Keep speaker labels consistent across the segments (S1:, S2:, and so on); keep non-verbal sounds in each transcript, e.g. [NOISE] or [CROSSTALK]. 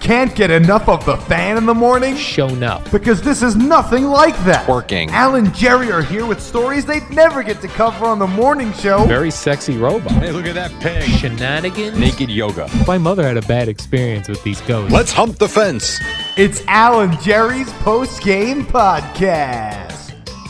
S1: Can't get enough of the fan in the morning?
S2: shown up.
S1: Because this is nothing like that.
S3: Working.
S1: Al and Jerry are here with stories they'd never get to cover on the morning show.
S2: Very sexy robot.
S3: Hey, look at that pig.
S2: Shenanigans.
S3: Naked yoga.
S2: My mother had a bad experience with these ghosts.
S3: Let's hump the fence.
S1: It's Al and Jerry's post game podcast.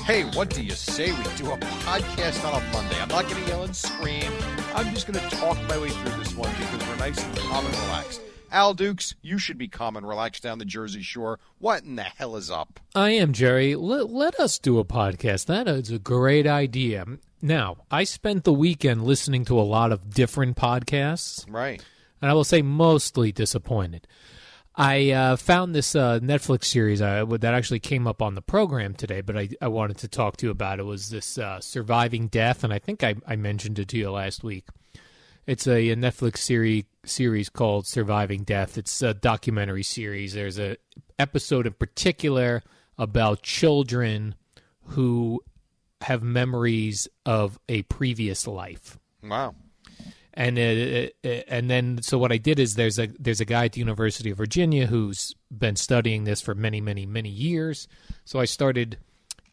S4: Hey, what do you say we do a podcast on a Monday? I'm not going to yell and scream. I'm just going to talk my way through this one because we're nice and calm and relaxed. Al Dukes, you should be calm and relaxed down the Jersey Shore. What in the hell is up?
S2: I am Jerry. Let, let us do a podcast. That is a great idea. Now, I spent the weekend listening to a lot of different podcasts,
S4: Right.
S2: and I will say mostly disappointed. I uh, found this uh, Netflix series uh, that actually came up on the program today, but I, I wanted to talk to you about it. Was this uh, Surviving Death? And I think I, I mentioned it to you last week. It's a, a Netflix series series called Surviving Death. It's a documentary series. There's a episode in particular about children who have memories of a previous life
S4: Wow.
S2: and uh, uh, and then so what I did is there's a there's a guy at the University of Virginia who's been studying this for many many many years. So I started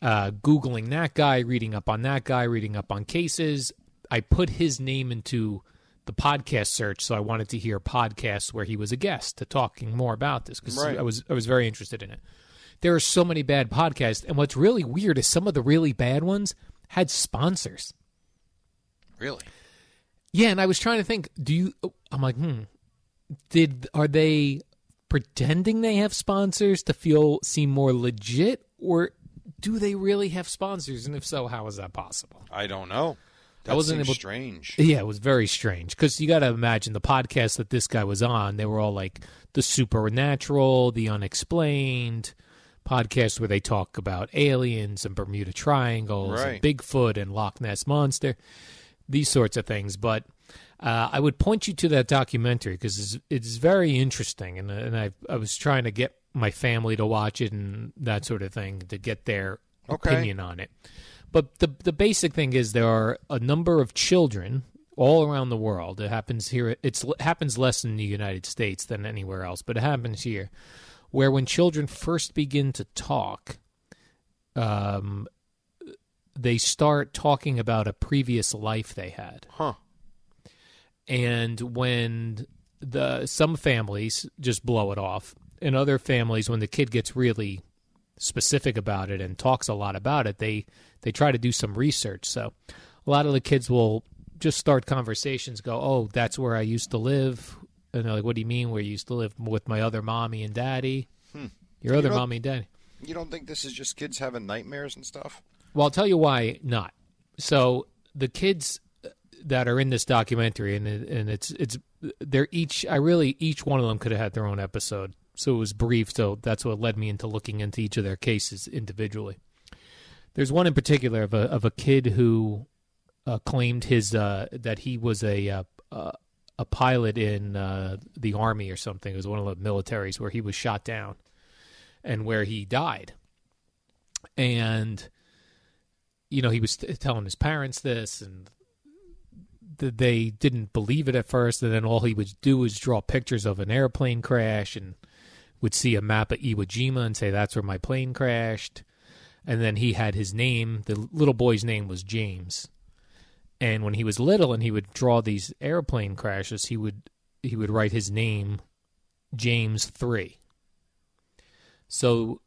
S2: uh, googling that guy, reading up on that guy, reading up on cases. I put his name into the podcast search, so I wanted to hear podcasts where he was a guest to talking more about this because
S4: Right.
S2: I was I was very interested in it. There are so many bad podcasts, and what's really weird is some of the really bad ones had sponsors.
S4: Really?
S2: Yeah, and I was trying to think. Do you? I'm like, hmm. Did are they pretending they have sponsors to feel seem more legit, or do they really have sponsors? And if so, how is that possible?
S4: I don't know. Uh, That
S2: I wasn't
S4: seems
S2: able-
S4: strange.
S2: Yeah, it was very strange because you got to imagine the podcast that this guy was on. They were all like the supernatural, the unexplained podcast where they talk about aliens and Bermuda triangles
S4: Right.
S2: and Bigfoot and Loch Ness monster, these sorts of things. But uh, I would point you to that documentary because it's, it's very interesting, and and I I was trying to get my family to watch it and that sort of thing to get their
S4: Okay.
S2: opinion on it. But the the basic thing is there are a number of children all around the world. It happens here. It's it happens less in the United States than anywhere else, but it happens here, where when children first begin to talk, um, they start talking about a previous life they had
S4: Huh.
S2: and when the some families just blow it off and other families when the kid gets really specific about it and talks a lot about it they they try to do some research so a lot of the kids will just start conversations go oh that's where i used to live and they're like what do you mean where you used to live with my other mommy and daddy your other
S4: know-
S2: mommy and daddy
S4: You don't think this is just kids having nightmares and stuff?
S2: well, I'll tell you why not. So the kids uh, that are in this documentary, and and it's it's they're each. I really each one of them could have had their own episode. So it was brief. So that's what led me into looking into each of their cases individually. There's one in particular of a of a kid who uh, claimed his uh, that he was a uh, uh, a pilot in uh, the army or something. It was one of the militaries where he was shot down and where he died. And you know, he was t- telling his parents this, and th- they didn't believe it at first. And then all he would do is draw pictures of an airplane crash and would see a map of Iwo Jima and say, that's where my plane crashed. And then he had his name. The little boy's name was James. And when he was little and he would draw these airplane crashes, he would he would write his name James 3. So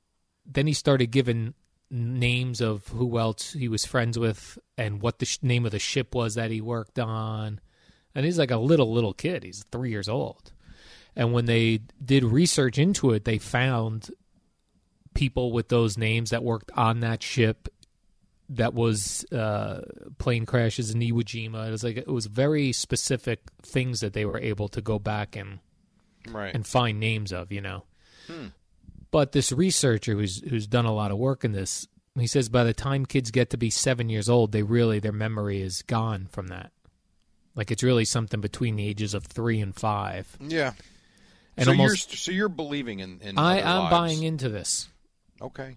S2: then he started giving names of who else he was friends with and what the sh- name of the ship was that he worked on. And he's like a little little kid. He's 3 years old. And when they did research into it, they found people with those names that worked on that ship that was uh, plane crashes in Iwo Jima. It was like it was very specific things that they were able to go back and
S4: Right.
S2: and find names of, you know.
S4: Hmm.
S2: But this researcher who's who's done a lot of work in this, he says by the time kids get to be seven years old, they really their memory is gone from that. Like it's really something between the ages of three and five.
S4: yeah.
S2: And
S4: so
S2: almost
S4: you're so you're believing in. in
S2: I,
S4: other
S2: I'm
S4: lives.
S2: buying into this.
S4: Okay.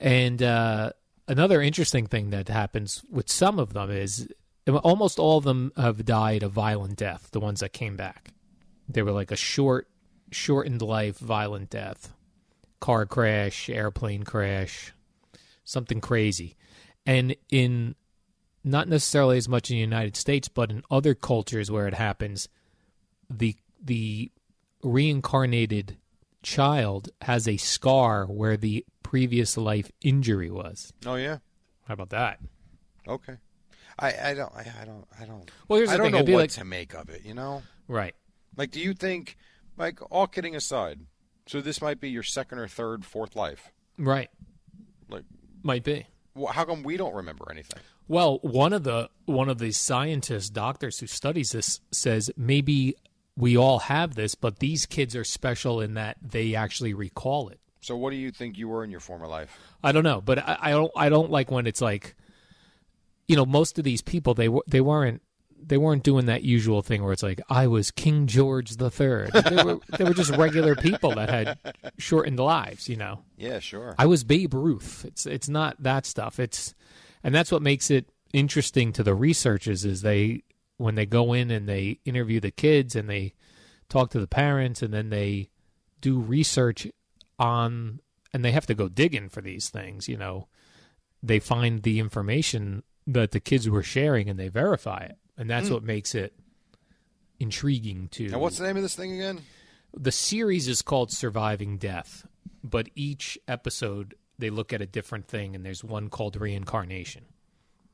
S2: And uh, another interesting thing that happens with some of them is um, almost all of them have died a violent death. The ones that came back, they were like a short, shortened life, violent death, car crash, airplane crash, something crazy. And in not necessarily as much in the United States, but in other cultures where it happens, the the reincarnated child has a scar where the previous life injury was.
S4: Oh yeah.
S2: How about that?
S4: Okay. I, I don't I, I don't I don't
S2: Well, here's the
S4: I don't
S2: thing,
S4: know
S2: I'd be
S4: what
S2: like-
S4: to make of it. You know,
S2: Right.
S4: like do you think like all kidding aside, so this might be your second or third, fourth life.
S2: Right.
S4: Like,
S2: Might be.
S4: wh- how come we don't remember anything?
S2: Well, one of the one of the scientists, doctors who studies this says maybe we all have this, but these kids are special in that they actually recall it.
S4: So what do you think you were in your former life?
S2: I don't know, but I, I don't I don't like when it's like, you know, most of these people they were they weren't they weren't doing that usual thing where it's like I was King George the Third. They were they were just regular people that had shortened lives, you know.
S4: Yeah, sure.
S2: I was Babe Ruth. It's it's not that stuff. It's and that's what makes it interesting to the researchers is they when they go in and they interview the kids and they talk to the parents and then they do research on and they have to go digging for these things, you know. They find the information that the kids were sharing and they verify it. And that's what makes it intriguing to
S4: Mm. Now, what's the name of this thing again?
S2: the series is called Surviving Death, but each episode they look at a different thing, and there's one called Reincarnation.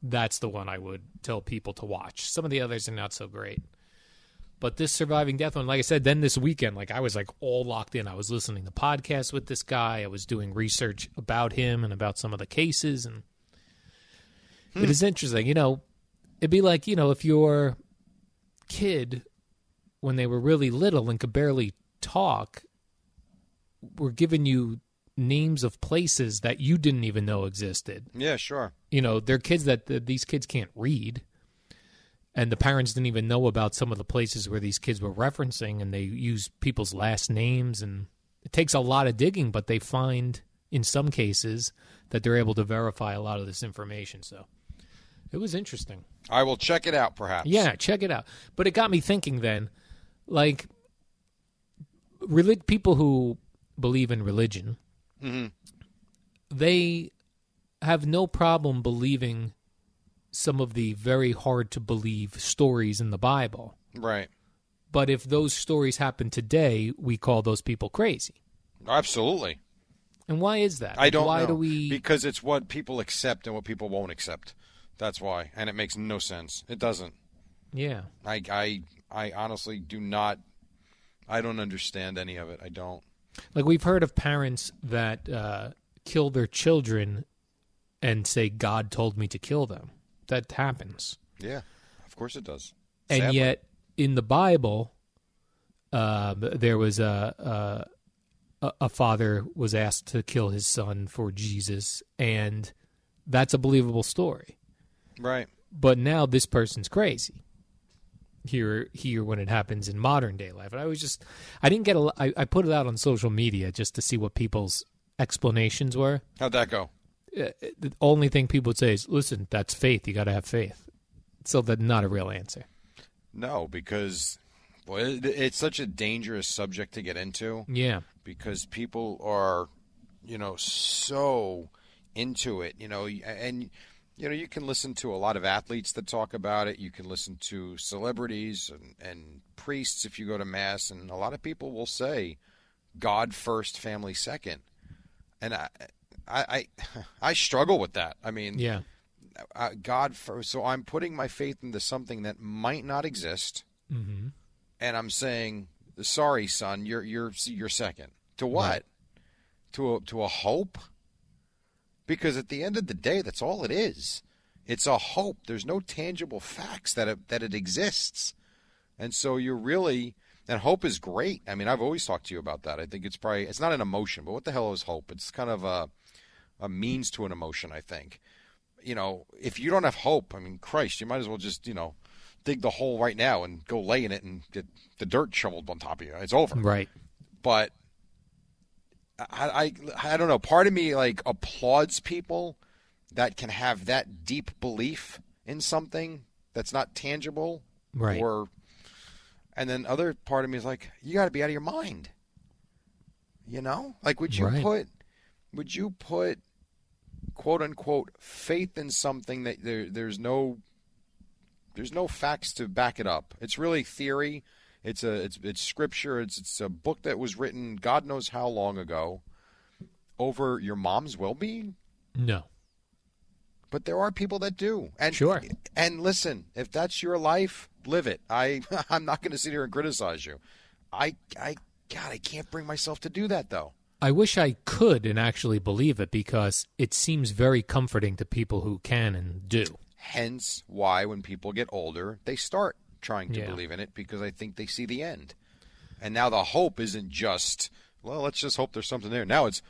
S2: That's the one I would tell people to watch. Some of the others are not so great. But this Surviving Death one, like I said, then this weekend, like I was like all locked in. I was listening to podcasts with this guy. I was doing research about him and about some of the cases, and it is interesting. You know, it'd be like you know if your kid when they were really little and could barely talk were giving you names of places that you didn't even know existed.
S4: Yeah, sure.
S2: You know, they're kids that that these kids can't read. And the parents didn't even know about some of the places where these kids were referencing, and they use people's last names. And it takes a lot of digging, but they find, in some cases, that they're able to verify a lot of this information. So it was interesting.
S4: I will check it out, perhaps.
S2: Yeah, check it out. But it got me thinking then, like, relig- people who believe in religion,
S4: Mm-hmm.
S2: they have no problem believing some of the very hard to believe stories in the Bible.
S4: Right.
S2: But if those stories happen today, we call those people crazy.
S4: Absolutely.
S2: And why is that?
S4: I don't
S2: Why
S4: know.
S2: do we?
S4: Because it's what people accept and what people won't accept. That's why. And it makes no sense. It doesn't.
S2: yeah.
S4: I, I, I honestly do not. I don't understand any of it. I don't.
S2: Like we've heard of parents that uh, kill their children and say God told me to kill them. That happens,
S4: Yeah. Of course it does.
S2: and
S4: Sadly.
S2: yet in the Bible, um there was a, a a father was asked to kill his son for Jesus, and that's a believable story.
S4: Right.
S2: But now this person's crazy. Here, here, when it happens in modern day life, and I was just, I didn't get a. I, I put it out on social media just to see what people's explanations were.
S4: How'd that go?
S2: the only thing people would say is, "Listen, that's faith. You got to have faith." So that's not a real answer.
S4: No, because boy, it- it's such a dangerous subject to get into.
S2: Yeah,
S3: because people are, you know, so into it. You know, and you know you can listen to a lot of athletes that talk about it. You can listen to celebrities and, and priests if you go to mass, and a lot of people will say, "God first, family second. and I, I, I, [LAUGHS] I struggle with that. I mean,
S2: Yeah.
S3: uh, God first. So I'm putting my faith into something that might not exist,
S2: Mm-hmm.
S3: and I'm saying, "Sorry, son, you're you're you're second to what? To a, to a hope? Because at the end of the day, that's all it is. It's a hope. There's no tangible facts that it, that it exists, and so you're really and hope is great. I mean, I've always talked to you about that. I think it's probably it's not an emotion, but what the hell is hope? It's kind of a a means to an emotion, I think you know, if you don't have hope, I mean, Christ, you might as well just, you know, dig the hole right now and go lay in it and get the dirt shoveled on top of you. It's over.
S2: Right.
S3: But I, I, I don't know. Part of me like applauds people that can have that deep belief in something that's not tangible,
S2: Right.
S3: Or, and then other part of me is like, you got to be out of your mind. You know, like would you
S2: Right.
S3: put, would you put quote unquote faith in something that there there's no there's no facts to back it up. It's really theory. It's a it's it's scripture. It's it's a book that was written God knows how long ago over your mom's well-being,
S2: No.
S3: but there are people that do. And
S2: Sure.
S3: and listen, if that's your life, live it. I [LAUGHS] I'm not going to sit here and criticize you. I I god, I can't bring myself to do that though.
S2: I wish I could and actually believe it because it seems very comforting to people who can and do.
S3: Hence why when people get older, they start trying to
S2: Yeah.
S3: believe in it because I think they see the end. And now the hope isn't just, well, let's just hope there's something there. Now it's,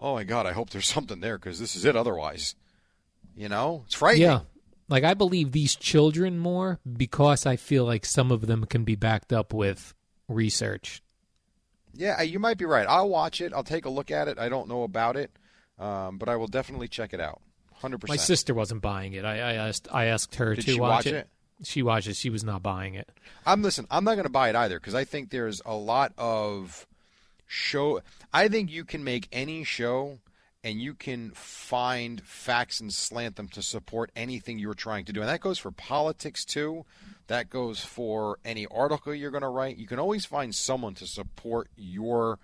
S3: oh my God, I hope there's something there because this is it otherwise. You know? It's frightening.
S2: Yeah. Like I believe these children more because I feel like some of them can be backed up with research.
S3: Yeah, you might be right. I'll watch it. I'll take a look at it. I don't know about it, um, but I will definitely check it out. 100%.
S2: My sister wasn't buying it. I, I asked I asked her
S3: Did
S2: to
S3: she watch
S2: watch
S3: it?
S2: She watched it. She was not buying it.
S3: I'm listen. I'm not going to buy it either because I think there's a lot of show. I think you can make any show, and you can find facts and slant them to support anything you're trying to do, and that goes for politics too. That goes for any article you're going to write. You can always find someone to support your,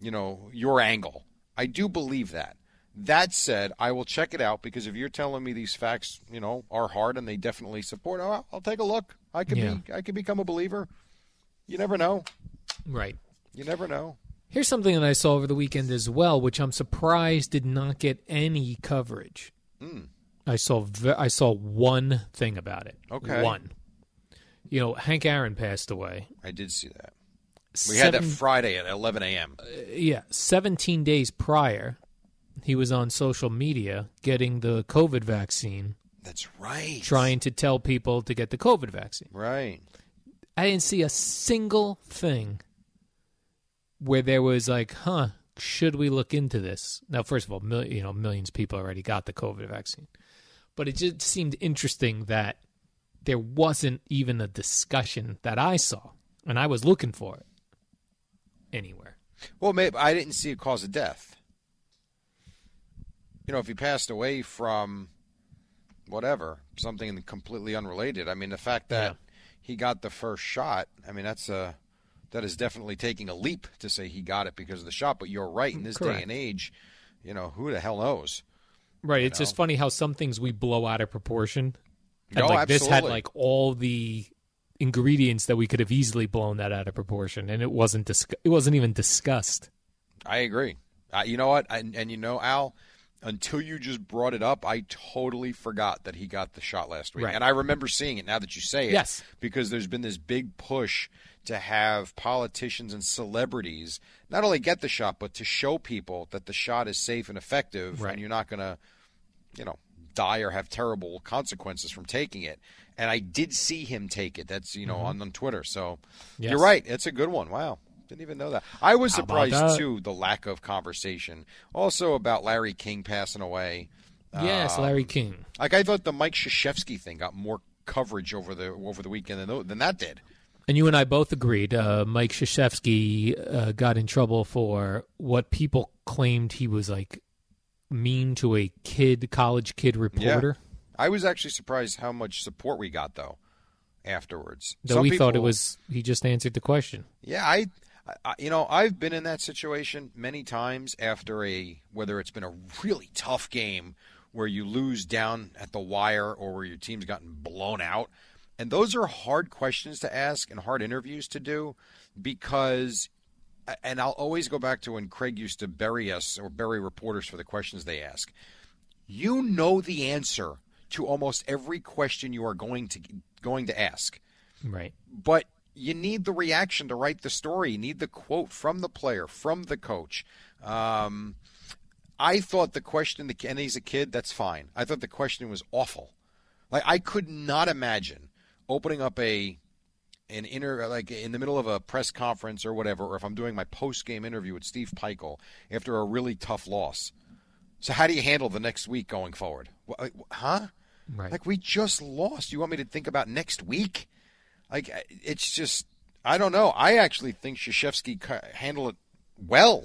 S3: you know, your angle. I do believe that. That said, I will check it out because if you're telling me these facts, you know, are hard and they definitely support, oh, I'll take a look. I could
S2: Yeah.
S3: be, I could become a believer. You never know.
S2: Right.
S3: You never know.
S2: Here's something that I saw over the weekend as well, which I'm surprised did not get any coverage.
S3: Hmm.
S2: I saw ve- I saw one thing about it.
S3: Okay.
S2: One. You know, Hank Aaron passed away.
S3: I did see that. We had that
S2: Seven-
S3: Friday at 11 a.m.
S2: yeah, 17 days prior, he was on social media getting the COVID vaccine,
S3: That's right.
S2: trying to tell people to get the COVID vaccine.
S3: Right.
S2: I didn't see a single thing where there was like, huh, should we look into this? Now, first of all, mil- you know, millions of people already got the COVID vaccine, but it just seemed interesting that there wasn't even a discussion that I saw, and I was looking for it anywhere.
S3: Well, maybe I didn't see a cause of death. You know, if he passed away from whatever, something completely unrelated. I mean, the fact that he got the first shot, I mean, that's a that is definitely taking a leap to say he got it because of the shot, but you're right in this day
S2: Correct.
S3: and age, you know, who the hell knows?
S2: Right. It's just funny how some things we blow out of proportion. And
S3: No,
S2: like this had
S3: absolutely.
S2: like all the ingredients that we could have easily blown that out of proportion, and it wasn't dis- it wasn't even discussed.
S3: I agree. Uh, you know what? And, and you know, Al, until you just brought it up, I totally forgot that he got the shot last week.
S2: Right.
S3: And I remember seeing it now that you say it.
S2: Yes.
S3: Because there's been this big push to have politicians and celebrities not only get the shot, but to show people that the shot is safe and effective
S2: Right.
S3: and you're not going to, you know, die or have terrible consequences from taking it. And I did see him take it. That's, you know, on, on Twitter. So
S2: Mm-hmm. Yes.
S3: you're right. It's a good one. Wow. Didn't even know that. I was
S2: How about
S3: surprised
S2: that?
S3: too the lack of conversation. Also about Larry King passing away.
S2: yes, Larry King.
S3: Like I thought the Mike Shashevsky thing got more coverage over the over the weekend than, tho- than that did.
S2: And you and I both agreed. Uh, Mike Shashevsky uh, got in trouble for what people claimed he was like mean to a kid, college kid reporter.
S3: I was actually surprised how much support we got though afterwards.
S2: Though
S3: Some
S2: we thought it
S3: people-
S2: was he just answered the question.
S3: Yeah, I, I, you know, I've been in that situation many times after a whether it's been a really tough game where you lose down at the wire or where your team's gotten blown out. And those are hard questions to ask and hard interviews to do because and I'll always go back to when Craig used to bury us or bury reporters for the questions they ask. You know the answer to almost every question you are going to going to ask
S2: Right.
S3: but you need the reaction to write the story. You need the quote from the player, from the coach. Um, I thought the question, the, and he's a kid, that's fine. I thought the question was awful. Like I could not imagine opening up a an inter like in the middle of a press conference or whatever, or if I'm doing my post game interview with Steve Peichel after a really tough loss. So how do you handle the next week going forward? Wh- like, wh- Huh?
S2: Right.
S3: Like we just lost. You want me to think about next week? Like I- it's just I don't know. I actually think Shashevsky ca- handled it well.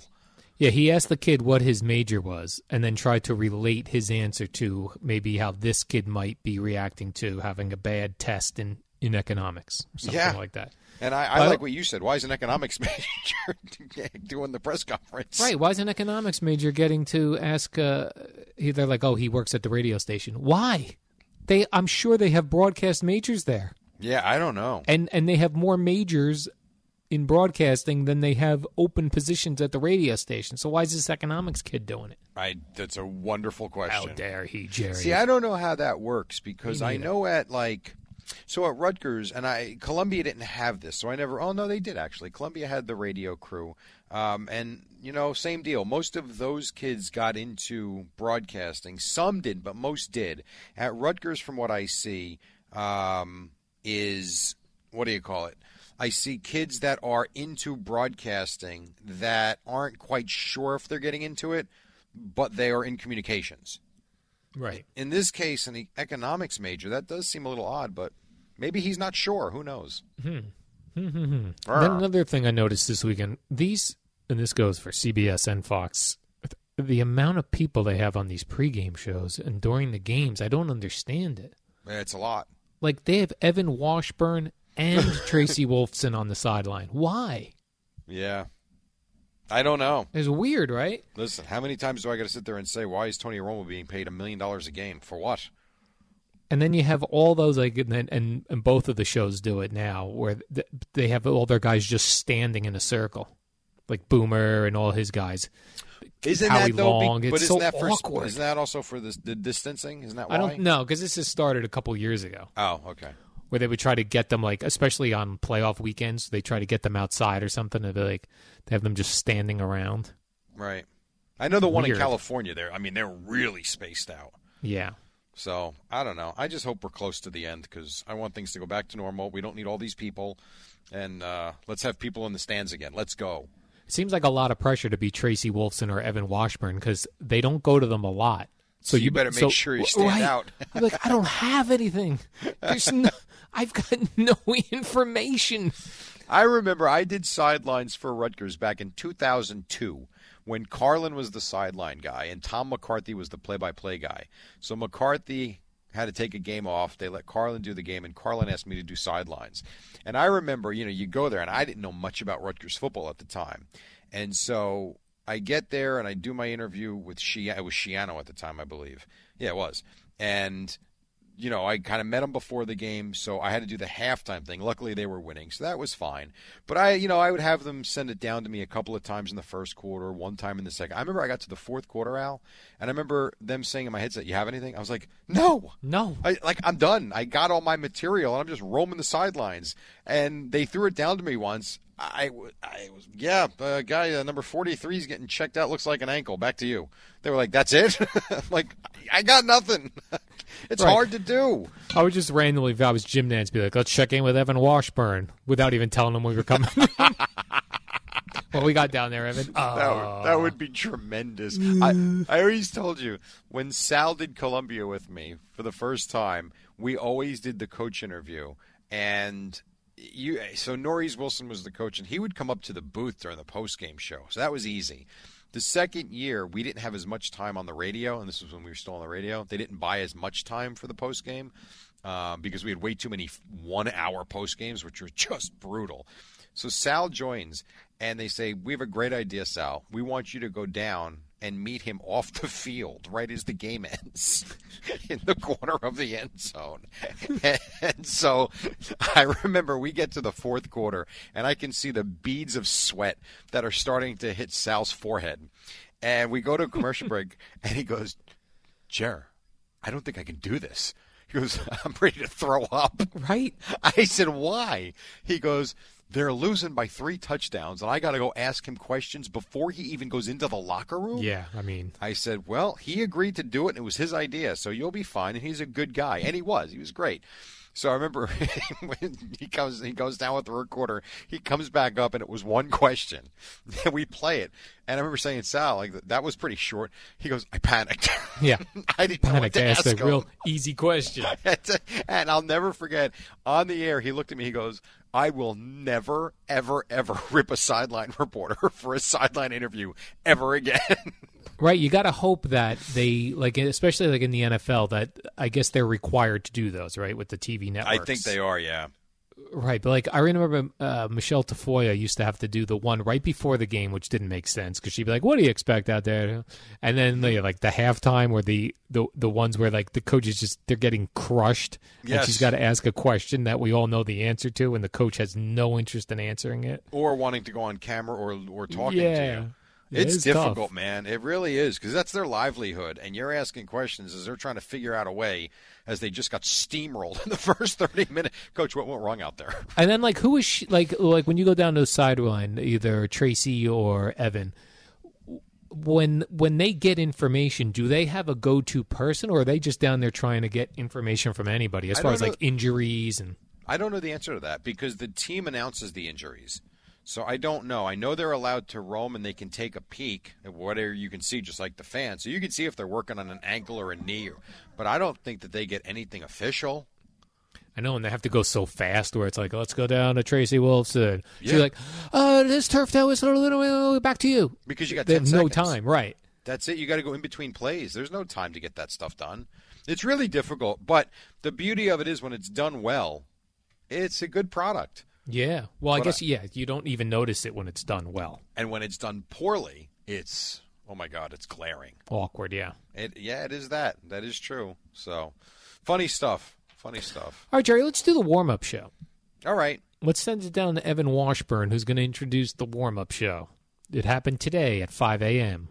S2: Yeah, he asked the kid what his major was and then tried to relate his answer to maybe how this kid might be reacting to having a bad test in, in economics or something
S3: Yeah.
S2: like that.
S3: And I,
S2: Well-
S3: I like what you said. Why is an economics [LAUGHS] major [LAUGHS] doing the press conference?
S2: Right. Why is an economics major getting to ask? Uh, he- they're like, oh, he works at the radio station. Why? They, I'm sure they have broadcast majors there,
S3: Yeah, I don't know.
S2: and and they have more majors in broadcasting than they have open positions at the radio station. So why is this economics kid doing it?
S3: I that's a wonderful
S2: How
S3: question.
S2: dare he, Jerry?
S3: See, I don't know how that works because
S2: Me
S3: I
S2: neither.
S3: know at like so at Rutgers and I Columbia didn't have this, so I never. Oh no, they did actually. Columbia had the radio crew, um, and you know, same deal. Most of those kids got into broadcasting. Some did, but most did. At Rutgers, from what I see, um, is what do you call it? I see kids that are into broadcasting that aren't quite sure if they're getting into it, but they are in communications
S2: right.
S3: in this case, an e- economics major, that does seem a little odd, but maybe he's not sure. Who knows?
S2: And Then another thing I noticed this weekend: these, and this goes for CBS and Fox, the amount of people they have on these pregame shows and during the games. I don't understand it.
S3: It's a lot.
S2: Like they have Evan Washburn and Tracy Wolfson on the sideline. Why?
S3: Yeah. I don't know.
S2: It's weird, right?
S3: Listen, how many times do I got to sit there and say, why is Tony Romo being paid a million dollars a game? For what?
S2: And then you have all those like, and then- and, and both of the shows do it now, where th- they have all their guys just standing in a circle, like Boomer and all his guys.
S3: Isn't
S2: Howie
S3: that, though, be-
S2: Long, it's
S3: but isn't
S2: so
S3: that for,
S2: awkward.
S3: Isn't that also for this, the distancing? Isn't that why?
S2: I don't know because this has started a couple years ago,
S3: Oh, okay.
S2: where they would try to get them like, especially on playoff weekends, they try to get them outside or something, and they like they have them just standing around.
S3: Right. I know the one
S2: Weird.
S3: in California there. I mean, they're really spaced out.
S2: Yeah,
S3: So I don't know. I just hope we're close to the end because I want things to go back to normal. We don't need all these people, and uh, let's have people in the stands again. Let's go.
S2: it seems like a lot of pressure to be Tracy Wolfson or Evan Washburn because they don't go to them a lot.
S3: So you better make sure you stand
S2: right.
S3: out. [LAUGHS]
S2: [LAUGHS] I'm like, I don't have anything. There's no, I've got no [LAUGHS] information.
S3: I remember I did sidelines for Rutgers back in 2002 when Carlin was the sideline guy and Tom McCarthy was the play-by-play guy. So McCarthy had to take a game off. They let Carlin do the game, and Carlin asked me to do sidelines. And I remember, you know, you go there, and I didn't know much about Rutgers football at the time, and so I get there and I do my interview with Shi. It was Shiano at the time, I believe. Yeah, it was, and you know, I kind of met them before the game, so I had to do the halftime thing. Luckily, they were winning, so that was fine. But I, you know, I would have them send it down to me a couple of times in the first quarter, one time in the second. I remember I got to the fourth quarter, Al, and I remember them saying in my headset, "You have anything?" I was like, "No."
S2: No.
S3: I, like I'm done. I got all my material, and I'm just roaming the sidelines. And they threw it down to me once. I, w- I was yeah, uh, guy uh, number 43 is getting checked out. Looks like an ankle. Back to you. They were like, "That's it." [LAUGHS] I'm like I got nothing. [LAUGHS] it's
S2: Right.
S3: hard to do.
S2: I would just randomly, if I was Jim Nance, be like, let's check in with Evan Washburn without even telling him we were coming. [LAUGHS] well, we got down there, Evan. Oh,
S3: That would, that would be tremendous. I, I always told you when Sal did Columbia with me for the first time, we always did the coach interview, and you so Norris Wilson was the coach, and he would come up to the booth during the post game show. So that was easy. The second year, we didn't have as much time on the radio, and this was when we were still on the radio. They didn't buy as much time for the post game uh, because we had way too many one hour post games, which were just brutal. So Sal joins, and they say, "We have a great idea, Sal. We want you to go down." And meet him off the field right as the game [LAUGHS] ends in the corner of the end zone. [LAUGHS] and so I remember we get to the fourth quarter, and I can see the beads of sweat that are starting to hit Sal's forehead. And we go to a commercial break, and he goes, Jer, I don't think I can do this. He goes, I'm ready to throw up.
S2: Right?
S3: [LAUGHS] I said, why? He goes, they're losing by three touchdowns, and I got to go ask him questions before he even goes into the locker room.
S2: Yeah, I mean,
S3: I said, well, he agreed to do it, and it was his idea, so you'll be fine. And he's a good guy, and he was. He was great. So I remember [LAUGHS] when he comes, he goes down with the third quarter. He comes back up, and it was one question. [LAUGHS] And we play it, and I remember saying, Sal, like that was pretty short. He goes, I panicked.
S2: yeah.
S3: [LAUGHS] I didn't know
S2: I
S3: what to ask
S2: asked a
S3: him.
S2: real easy question.
S3: [LAUGHS] and I'll never forget on the air, he looked at me, he goes, I will never, ever, ever [LAUGHS] rip a sideline reporter [LAUGHS] for a sideline interview ever
S2: [LAUGHS]
S3: again.
S2: Right, you got to hope that they like, especially like in the NFL, that I guess they're required to do those, right, with the TV networks.
S3: are, yeah.
S2: Right, but like I remember uh, Michelle Tafoya used to have to do the one right before the game, which didn't make sense because she'd be like, "What do you expect out there?" And then they, like the halftime or the, the the ones where like the coach is just they're getting crushed, and
S3: Yes.
S2: she's got to ask a question that we all know the answer to, and the coach has no interest in answering it.
S3: Or wanting to go on camera or, or talking
S2: yeah,
S3: to you.
S2: Yeah, it
S3: It's
S2: is tough.
S3: difficult, man. It really is because that's their livelihood, and you're asking questions as they're trying to figure out a way as they just got steamrolled [LAUGHS] in the first thirty minutes. Coach, what went wrong out there?
S2: And then like who is she like like when you go down to the sideline, either Tracy or Evan, when when they get information, do they have a go to person or are they just down there trying to get information from anybody as
S3: I
S2: far
S3: don't
S2: as like
S3: know.
S2: injuries and
S3: I don't know the answer to that because the team announces the injuries. So I don't know. I know they're allowed to roam and they can take a peek at whatever you can see, just like the fans. So you can see if they're working on an ankle or a knee. Or, but I don't think that they get anything official.
S2: I know, and they have to go so fast where it's like, let's go down to Tracy Wolfson. She's
S3: Yeah.
S2: like, uh, this turf toe is a little back to you.
S3: Because you got
S2: they
S3: 10
S2: have no
S3: seconds.
S2: time, right?
S3: That's it. You got to go in between plays. There's no time to get that stuff done. It's really difficult, but the beauty of it is when it's done well, it's a good product.
S2: Yeah. Well, I
S3: But
S2: guess
S3: I-
S2: yeah, you don't even notice it when it's done well.
S3: And when it's done poorly, it's oh my god, it's glaring.
S2: Awkward, yeah.
S3: It yeah, it is that. That is true. So, funny stuff. Funny stuff.
S2: All right, Jerry, let's do the warm up show.
S3: All right.
S2: Let's send it down to Evan Washburn, who's going to introduce the warm up show. It happened today at 5 a.m.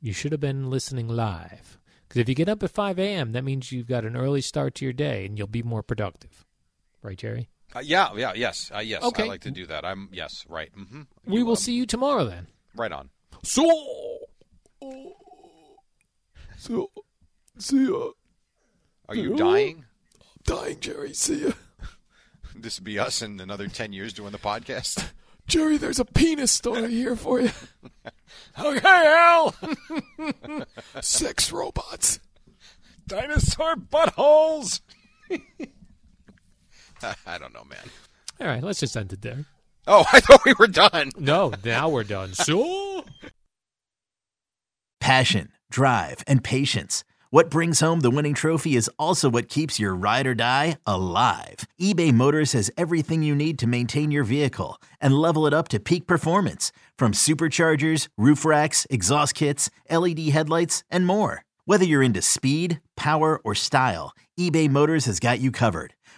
S2: You should have been listening live. Because if you get up at 5 a.m., that means you've got an early start to your day and you'll be more productive. Right, Jerry?
S3: Uh, yeah, yeah, yes. Uh, yes,
S2: Okay.
S3: I like to do that. I'm yes, right. Mhm.
S2: We will see you tomorrow then.
S3: Right on.
S2: So.
S5: So, see ya.
S3: Are you dying? [LAUGHS]
S5: Dying, Jerry. See ya.
S3: This would be us in another 10 years doing the podcast. [LAUGHS]
S5: Jerry, there's a penis story here for you.
S3: okay, Al.
S5: [LAUGHS] Sex robots.
S3: Dinosaur buttholes. I don't know, man.
S2: All right, let's just end it there.
S3: Oh, I thought we were done.
S2: No, now we're [LAUGHS] done. So.
S6: Passion, drive, and patience. What brings home the winning trophy is also what keeps your ride or die alive. eBay Motors has everything you need to maintain your vehicle and level it up to peak performance from superchargers, roof racks, exhaust kits, LED headlights, and more. Whether you're into speed, power, or style, eBay Motors has got you covered.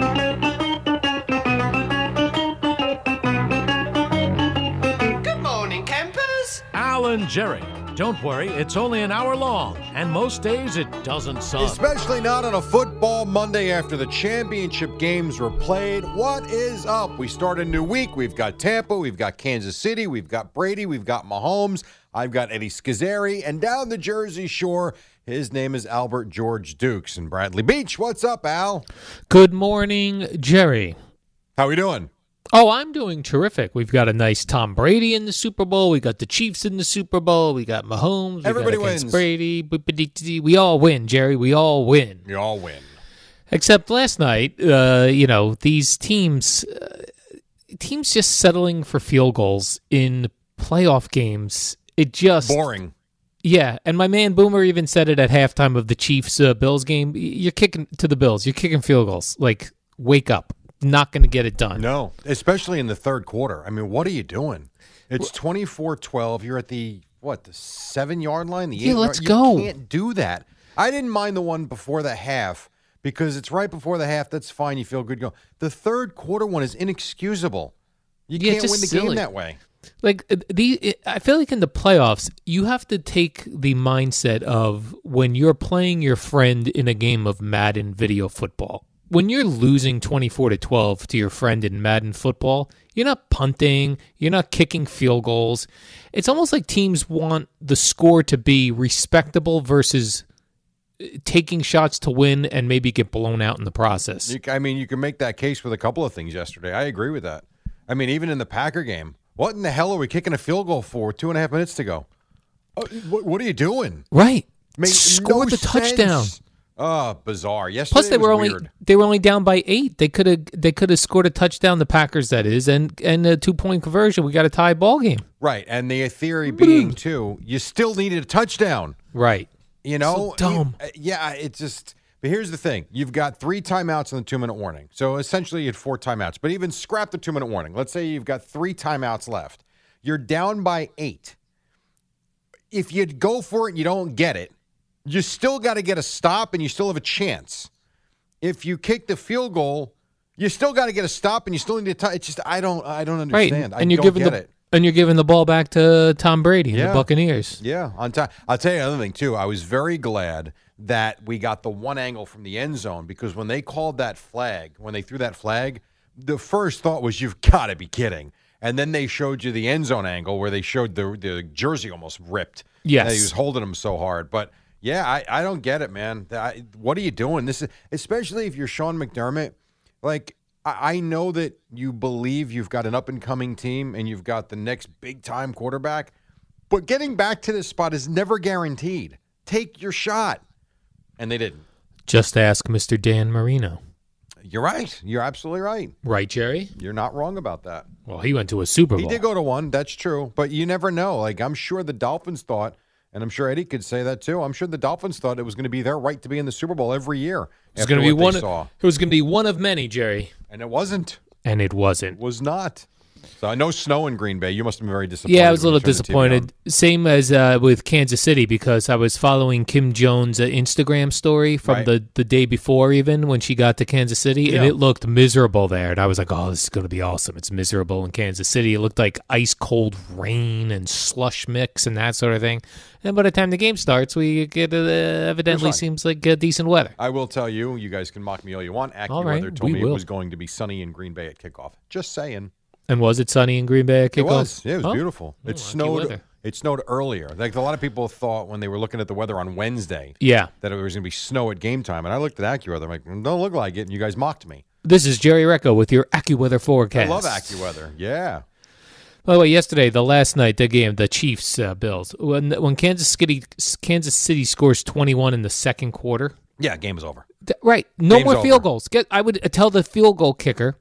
S7: Good morning, campers.
S8: Alan Jerry,
S9: Don't worry, it's only an hour long, and most days it doesn't suck.
S3: Especially not on a football Monday after the championship games were played. What is up? We start a new week. We've got Tampa, we've got Kansas City, we've got Brady, we've got Mahomes, I've got Eddie Schizzeri, and down the Jersey Shore, his name is Albert George Dukes. And Bradley Beach, what's up, Al?
S2: Good morning, Jerry.
S3: How we doing?
S2: Oh, I'm doing terrific. We've got a nice Tom Brady in the Super Bowl. We got the Chiefs in the Super Bowl. We got Mahomes. We
S3: Everybody
S2: got against
S3: wins.
S2: Brady. Boop-a-dee-dee-dee. We all win, Jerry. We all win.
S3: You all win.
S2: Except last night, uh, you know, these teams, uh, teams just settling for field goals in playoff games. It just
S3: Boring.
S2: Yeah, and my man Boomer even said it at halftime of the Chiefs uh, Bills game. Y- You're kicking to the Bills. You're kicking field goals. Like, wake up. Not going to get it done.
S3: No, especially in the third quarter. I mean, what are you doing? It's 24 12. You're at the, what, the seven yard line? The
S2: Yeah,
S3: eight
S2: let's
S3: yard-
S2: go.
S3: You can't do that. I didn't mind the one before the half because it's right before the half. That's fine. You feel good going. The third quarter one is inexcusable. You
S2: Yeah,
S3: can't
S2: just
S3: win the game
S2: silly.
S3: that way.
S2: Like uh, the, I feel like in the playoffs, you have to take the mindset of when you're playing your friend in a game of Madden video football. When you're losing 24 to 12 to your friend in Madden football, you're not punting, you're not kicking field goals. It's almost like teams want the score to be respectable versus uh, taking shots to win and maybe get blown out in the process.
S3: You, c- I mean, you can make that case with a couple of things yesterday. I agree with that. I mean, even in the Packer game, what in the hell are we kicking a field goal for with two and a half minutes to go? Uh, what, what are you doing?
S2: Right.
S3: Made
S2: Score
S3: no
S2: the touchdown.
S3: sense. Ah, bizarre. Yesterday
S2: Plus, they
S3: was
S2: were only
S3: weird.
S2: they were only down by eight. They could have they could have scored a touchdown. The Packers, that is, and and a two point conversion. We got a tie ball game.
S3: right, and the
S2: Mm.
S3: theory being too, you still needed a touchdown.
S2: Right.
S3: You know,
S2: dumb.
S3: Uh, yeah, it just. But here's the thing: you've got three timeouts and the two-minute warning. So essentially, you had four timeouts. But even scrap the two-minute warning. Let's say you've got three timeouts left. You're down by eight. If you go for it and you don't get it, you still got to get a stop and you still have a chance. If you kick the field goal, you still got to get a stop and you still need to. T- it's just I don't I don't
S2: Right.
S3: understand.
S2: And,
S3: I
S2: you're
S3: don't
S2: giving
S3: get
S2: the
S3: it.
S2: and you're giving the ball back to Tom Brady and
S3: Yeah.
S2: the Buccaneers.
S3: Yeah, on time. I'll tell you another thing too. I was very glad that we got the one angle from the end zone because when they called that flag, when they threw that flag, the first thought was you've got to be kidding. And then they showed you the end zone angle where they showed the the jersey almost ripped.
S2: Yes.
S3: And he was holding him so hard. But yeah, I, I don't get it, man. I, what are you doing? This is especially if you're Sean McDermott. Like I, I know that you believe you've got an up and coming team and you've got the next big time quarterback, but getting back to this spot is never guaranteed. Take your shot, and they didn't.
S2: Just ask Mr. Dan Marino.
S3: You're right. You're absolutely right.
S2: Right, Jerry.
S3: You're not wrong about that.
S2: Well, he went to a Super
S3: He
S2: Bowl.
S3: did go to one. That's true. But you never know. Like, I'm sure the Dolphins thought, and I'm sure Eddie could say that too. I'm sure the Dolphins thought it was going to be their right to be in the Super Bowl every year.
S2: it was
S3: after
S2: going to be
S3: what they
S2: one.
S3: saw.
S2: Of, it was going to be one of many, Jerry.
S3: And it wasn't.
S2: And it wasn't.
S3: It was not. So I know snow in Green Bay. You must have been very disappointed.
S2: Yeah, I was a
S3: when you
S2: little
S3: turned the TV on.
S2: disappointed. Same as uh, with Kansas City because I was following Kim Jones' uh, Instagram story from
S3: Right.
S2: the, the day before, even when she got to Kansas City, and
S3: Yeah.
S2: it looked miserable there. And I was like, "Oh, this is going to be awesome." It's miserable in Kansas City. It looked like ice cold rain and slush mix and that sort of thing. And by the time the game starts, we get uh, evidently
S3: fine.
S2: seems like uh, decent weather.
S3: I will tell you, you guys can mock me all you want. AccuWeather
S2: All
S3: weather
S2: right,
S3: told
S2: we
S3: me it
S2: will.
S3: was going to be sunny in Green Bay at kickoff. Just saying.
S2: And was it sunny in Green Bay at kickoff?
S3: It was. Yeah, it was
S2: Huh?
S3: beautiful.
S2: Oh,
S3: It
S2: lucky
S3: snowed.
S2: weather.
S3: It snowed earlier. Like a lot of people thought when they were looking at the weather on Wednesday
S2: Yeah.
S3: that it was going to be snow at game time. And I looked at AccuWeather. I'm like, "Mm, don't look like it. And you guys mocked me.
S2: This is Jerry Recco with your AccuWeather
S3: I
S2: forecast.
S3: love AccuWeather. Yeah.
S2: By the way, yesterday, the last night, the game, the Chiefs uh, Bills. When when Kansas City Kansas City scores twenty one in the second quarter,
S3: Yeah, game is over.
S2: th- right? No
S3: Game's
S2: more
S3: over.
S2: field goals. Get I would uh, tell the field goal kicker,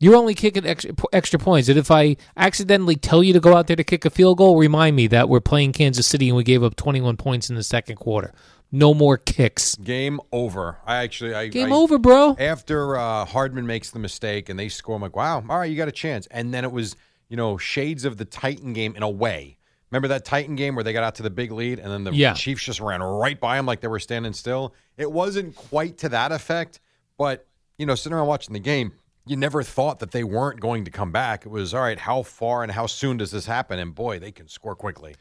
S2: you're only kicking extra, extra points. And if I accidentally tell you to go out there to kick a field goal, remind me that we're playing Kansas City and we gave up twenty one points in the second quarter. No more kicks.
S3: Game over. I actually. I,
S2: Game
S3: I-
S2: over, bro.
S3: After uh, Hardman makes the mistake and they score, I'm like, wow, all right, you got a chance. And then it was, you know, shades of the Titan game in a way. Remember that Titan game where they got out to the big lead and then the
S2: Yeah.
S3: Chiefs just ran right by them like they were standing still? It wasn't quite to that effect, but, you know, sitting around watching the game, you never thought that they weren't going to come back. It was all right. How far and how soon does this happen? And boy, they can score quickly.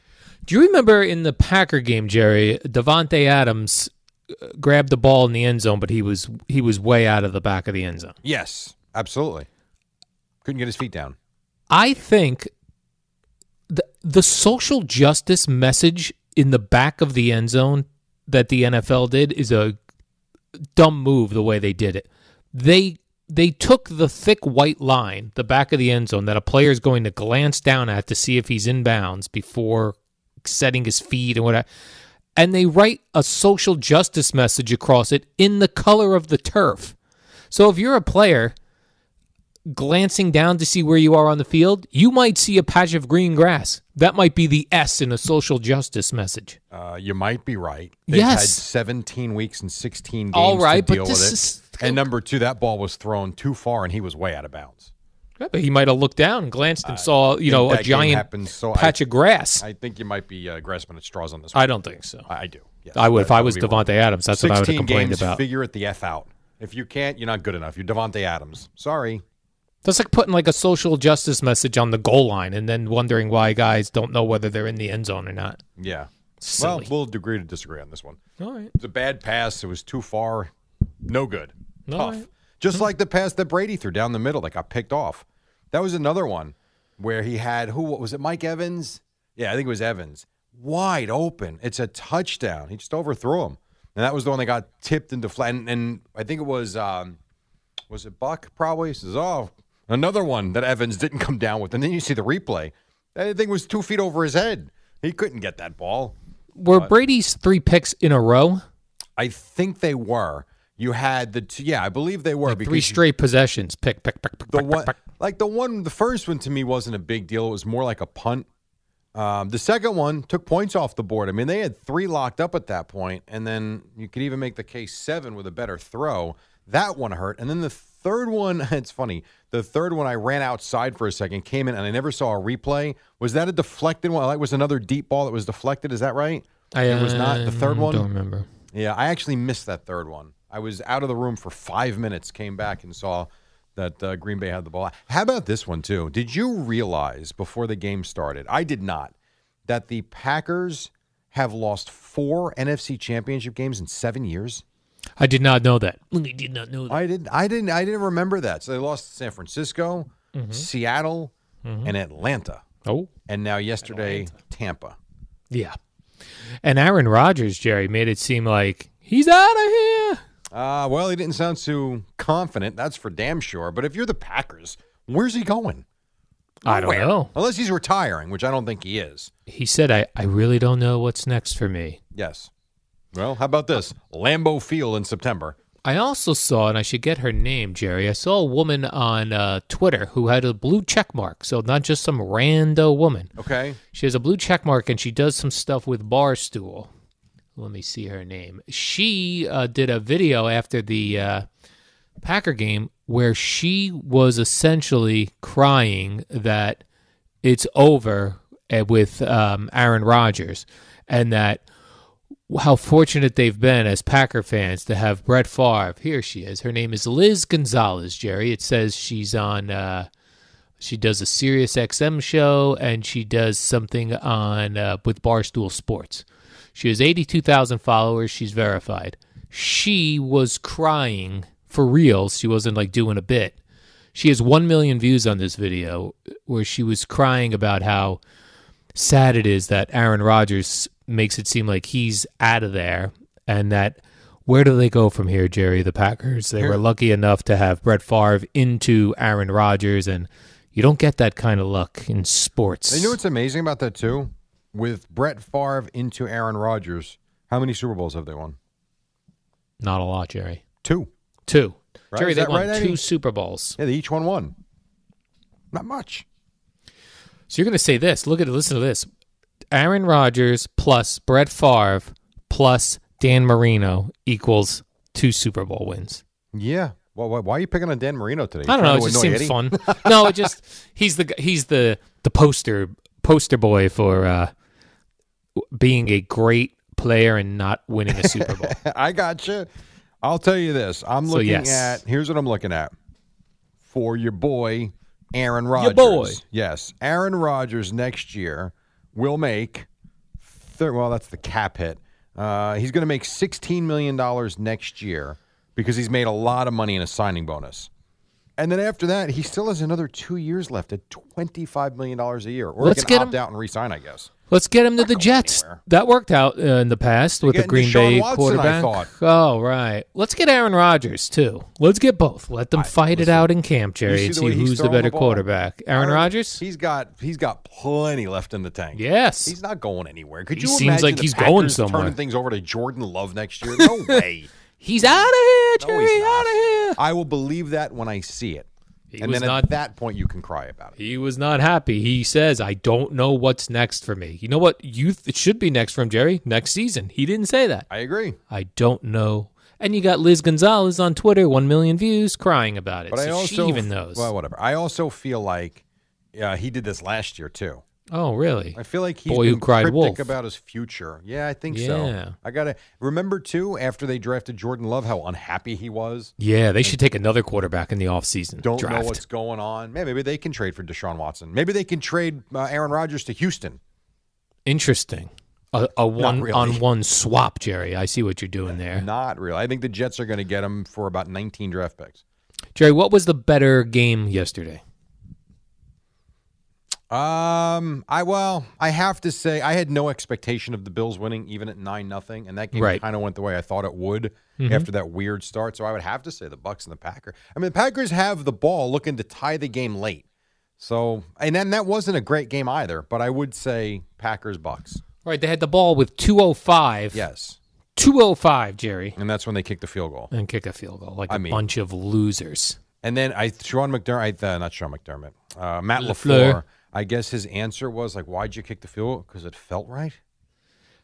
S2: Do you remember in the Packer game, Jerry, Devontae Adams uh, grabbed the ball in the end zone, but he was he was way out of the back of the end zone.
S3: Yes, absolutely. Couldn't get his feet down.
S2: I think the the social justice message in the back of the end zone that the NFL did is a dumb move the way they did it. They they took the thick white line, the back of the end zone that a player is going to glance down at to see if he's in bounds before setting his feet and whatever. And they write a social justice message across it in the color of the turf. So if you're a player glancing down to see where you are on the field, you might see a patch of green grass. That might be the S in a social justice message.
S3: Uh, you might be right. They've
S2: Yes.
S3: had 17 weeks and 16 games
S2: All right,
S3: to
S2: but
S3: deal
S2: this
S3: with it.
S2: is-
S3: And number two, that ball was thrown too far, and he was way out of bounds.
S2: Yeah, But he might have looked down, glanced, and saw you
S3: think
S2: know
S3: that
S2: a
S3: game
S2: giant
S3: happened, so I-
S2: patch of grass.
S3: I think you might be uh, grasping at straws on this.
S2: I don't think so.
S3: I, I do. Yes,
S2: I would if
S3: That-
S2: I
S3: that
S2: was
S3: would be one.
S2: Devontae Adams. That's what I would have
S3: 16
S2: complained
S3: games,
S2: about.
S3: Figure it the f out. If you can't, you're not good enough. You're Devontae Adams. Sorry.
S2: That's like putting like a social justice message on the goal line and then wondering why guys don't know whether they're in the end zone or not.
S3: Yeah.
S2: Silly.
S3: Well, we'll agree to disagree on this one.
S2: All right.
S3: It was a bad pass. It was too far. No good.
S2: All
S3: Tough.
S2: right. Hmm.
S3: Just like the pass that Brady threw down the middle that got picked off. That was another one where he had who what was it? Mike Evans? Yeah, I think it was Evans. Wide open. It's a touchdown. He just overthrew him. And that was the one that got tipped into flat. And, and I think it was um, was it Buck probably? He says, oh, another one that Evans didn't come down with. And then you see the replay. That thing was two feet over his head. He couldn't get that ball.
S2: Were Brady's three picks in a row?
S3: I think they were. You had the two, yeah, I believe they were
S2: Three straight possessions. Pick, pick, pick, pick.
S3: the one like the one the first one to me wasn't a big deal. It was more like a punt. Um, the second one took points off the board. I mean, they had three locked up at that point, and then you could even make the case seven with a better throw. That one hurt, and then the third one. [LAUGHS] It's funny. The third one, I ran outside for a second, came in, and I never saw a replay. Was that a deflected one? That was another deep ball that was deflected. Is that right? it was not the third
S2: I
S3: one.
S2: um, Mm, Don't remember.
S3: Yeah, I actually missed that third one. I was out of the room for five minutes, came back and saw that uh, Green Bay had the ball. How about this one, too? Did you realize before the game started? I did not. That the Packers have lost four NFC championship games in seven years?
S2: I did not know that. I did not know that.
S3: I didn't I didn't I didn't remember that. So they lost to San Francisco, Seattle, and Atlanta.
S2: Oh.
S3: And now yesterday, Tampa.
S2: Yeah. And Aaron Rodgers, Jerry, made it seem like he's out of here.
S3: Uh, well, he didn't sound too confident. That's for damn sure. But if you're the Packers, where's he going?
S2: I don't
S3: Nowhere.
S2: know.
S3: Unless he's retiring, which I don't think he is.
S2: He said, I, I really don't know what's next for me.
S3: Yes. Well, how about this? Lambeau Field in September.
S2: I also saw, and I should get her name, Jerry. I saw a woman on uh, Twitter who had a blue check mark. So not just some rando woman.
S3: Okay.
S2: She has a blue check mark and she does some stuff with Barstool. Let me see her name. She uh, did a video after the uh, Packer game where she was essentially crying that it's over uh, with um, Aaron Rodgers and that how fortunate they've been as Packer fans to have Brett Favre. Here she is. Her name is Liz Gonzalez, Jerry. It says she's on. Uh, she does a Sirius XM show and she does something on uh, with Barstool Sports. She has 82,000 followers. She's verified. She was crying for reals. She wasn't like doing a bit. She has 1 million views on this video where she was crying about how sad it is that Aaron Rodgers makes it seem like he's out of there and that where do they go from here, Jerry? The Packers. They were lucky enough to have Brett Favre into Aaron Rodgers, and you don't get that kind of luck in sports.
S3: You know what's amazing about that, too? With Brett Favre into Aaron Rodgers, how many Super Bowls have they won?
S2: Not a lot, Jerry.
S3: Two.
S2: Two.
S3: Right,
S2: Jerry,
S3: is
S2: they
S3: that
S2: won
S3: right,
S2: two
S3: Eddie?
S2: Super Bowls.
S3: Yeah, they each won one. Not much.
S2: So you're going to say this. Look at it. Listen to this. Aaron Rodgers plus Brett Favre plus Dan Marino equals two Super Bowl wins.
S3: Yeah. Well, why, why are you picking on Dan Marino today?
S2: I don't know.
S3: Trying
S2: It
S3: to
S2: just
S3: annoy
S2: seems
S3: Eddie?
S2: fun.
S3: [LAUGHS]
S2: No, it just he's the he's the the poster poster boy for uh, being a great player and not winning
S3: [LAUGHS]
S2: a Super Bowl.
S3: I got you. I'll tell you this. I'm
S2: So,
S3: looking
S2: yes.
S3: at. Here's what I'm looking at. for your boy Aaron Rodgers.
S2: boy.
S3: Yes, Aaron Rodgers next year will make thir- well, that's the cap hit. Uh, he's going to make $16 million next year because he's made a lot of money in a signing bonus. And then after that, he still has another two years left at $25 million a year. Or
S2: Let's
S3: he can
S2: get
S3: opt
S2: him-
S3: out and resign, I guess.
S2: Let's get him to the Jets. That worked out uh, in the past with the
S3: getting
S2: Green
S3: Deshaun
S2: Bay
S3: Watson, I
S2: quarterback.
S3: thought.
S2: Oh, right. Let's get Aaron Rodgers too. Let's get both. Let them fight it out in camp, Jerry,
S3: You
S2: and
S3: way he's
S2: see who's the
S3: throwing
S2: better
S3: ball?
S2: quarterback. Aaron Rodgers.
S3: He's got he's got plenty left in the tank.
S2: Yes.
S3: he's not going anywhere. Could
S2: He
S3: you
S2: seems
S3: imagine
S2: like
S3: the
S2: he's going
S3: Packers
S2: somewhere.
S3: turning things over to Jordan Love next year?
S2: [LAUGHS]
S3: No way.
S2: He's out of here,
S3: No,
S2: Jerry.
S3: he's
S2: out of here.
S3: I will believe that when I see it.
S2: He
S3: and
S2: was
S3: then
S2: not.
S3: at that point, you can cry about it.
S2: he was not happy. He says, "I don't know what's next for me." You know what? You th- it should be next from Jerry next season. He didn't say that.
S3: I agree.
S2: I don't know. And you got Liz Gonzalez on Twitter, one million views, crying about it.
S3: But I
S2: So
S3: also
S2: she even knows.
S3: Well, whatever. I also feel like uh, he did this last year too.
S2: oh, really?
S3: I feel like he's
S2: Boy Who
S3: been
S2: Cried
S3: cryptic
S2: Wolf.
S3: about his future. Yeah, I think
S2: Yeah.
S3: so. I gotta remember too. After they drafted Jordan Love, how unhappy he was.
S2: Yeah, they should take another quarterback in the offseason.
S3: don't
S2: draft.
S3: know what's going on. Man, maybe they can trade for Deshaun Watson. Maybe they can trade uh, Aaron Rodgers to Houston.
S2: Interesting. A, a one
S3: really.
S2: on one swap, Jerry. I see what you're doing there.
S3: Not real. I think the Jets are going to get him for about 19 draft picks.
S2: Jerry, what was the better game yesterday?
S3: Um, I well, I have to say I had no expectation of the Bills winning even at 9 nothing and that game
S2: Right.
S3: kind of went the way I thought it would
S2: Mhm.
S3: after that weird start. So I would have to say the Bucks and the Packers. I mean, the Packers have the ball looking to tie the game late. So, and then that wasn't a great game either, but I would say Packers Bucks.
S2: All right, they had the ball with 205.
S3: Yes.
S2: 205, Jerry,
S3: And that's when they kicked the field goal.
S2: and kick a field goal like a
S3: I mean-
S2: bunch of losers.
S3: And then I Sean McDermott, I, uh, not Sean McDermott, uh, Matt
S2: LaFleur.
S3: Lafleur. I guess his answer was like, "Why'd you kick the field? Because it felt right."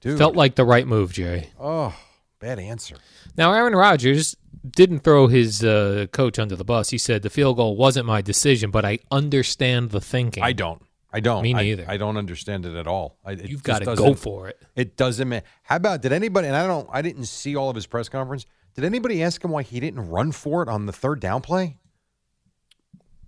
S3: Dude,
S2: Felt like the right move, Jerry.
S3: oh, bad answer.
S2: Now, Aaron Rodgers didn't throw his uh, coach under the bus. He said the field goal wasn't my decision, but I understand the thinking.
S3: I don't. I don't.
S2: Me
S3: I-
S2: neither.
S3: I, don't understand it at all. I, it just
S2: You've got to go
S3: doesn't-
S2: for it.
S3: It doesn't. ma- How about did anybody? And I don't. I didn't see all of his press conference. Did anybody ask him why he didn't run for it on the third down play?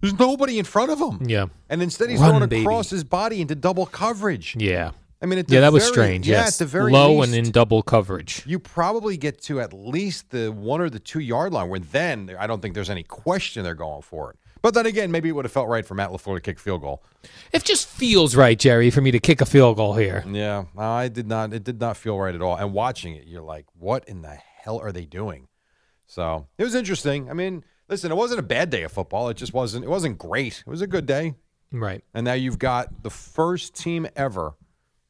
S3: There's nobody in front of him,
S2: Yeah.
S3: and instead he's
S2: Run,
S3: throwing
S2: baby.
S3: across his body into double coverage.
S2: Yeah.
S3: I mean, at the
S2: Yeah, that was
S3: very-
S2: strange.
S3: Yeah,
S2: yes.
S3: at the very
S2: low
S3: least,
S2: and in double coverage.
S3: you probably get to at least the one or the two yard line where then I don't think there's any question they're going for it. But then again, maybe it would have felt right for Matt LaFleur to kick field goal.
S2: It just feels right, Jerry, for me to kick a field goal here.
S3: Yeah, I did not. It did not feel right at all. And watching it, you're like, what in the hell are they doing? So it was interesting. I mean, listen, it wasn't a bad day of football. It just wasn't. It wasn't great. It was a good day.
S2: Right.
S3: And now you've got the first team ever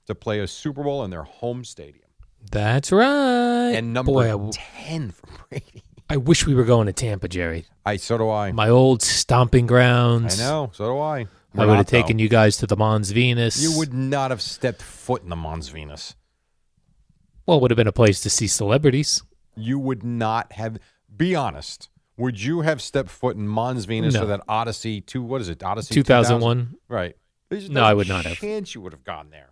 S3: to play a Super Bowl in their home stadium.
S2: That's right.
S3: And number
S2: Boy, I, w-
S3: ten for Brady.
S2: I wish we were going to Tampa, Jerry.
S3: I so do I.
S2: My old stomping
S3: I
S2: grounds.
S3: know. So do I.
S2: I would have taken you guys to the Mons Venus.
S3: You would not have stepped foot in the Mons Venus.
S2: Well, it would have been a place to see celebrities.
S3: You would not have. Be honest. Would you have stepped foot in Mons Venus
S2: No.
S3: or that Odyssey two? What is it? Odyssey
S2: 2001.
S3: 2000? Right. There's
S2: No, I would not have.
S3: Chance you would have gone there.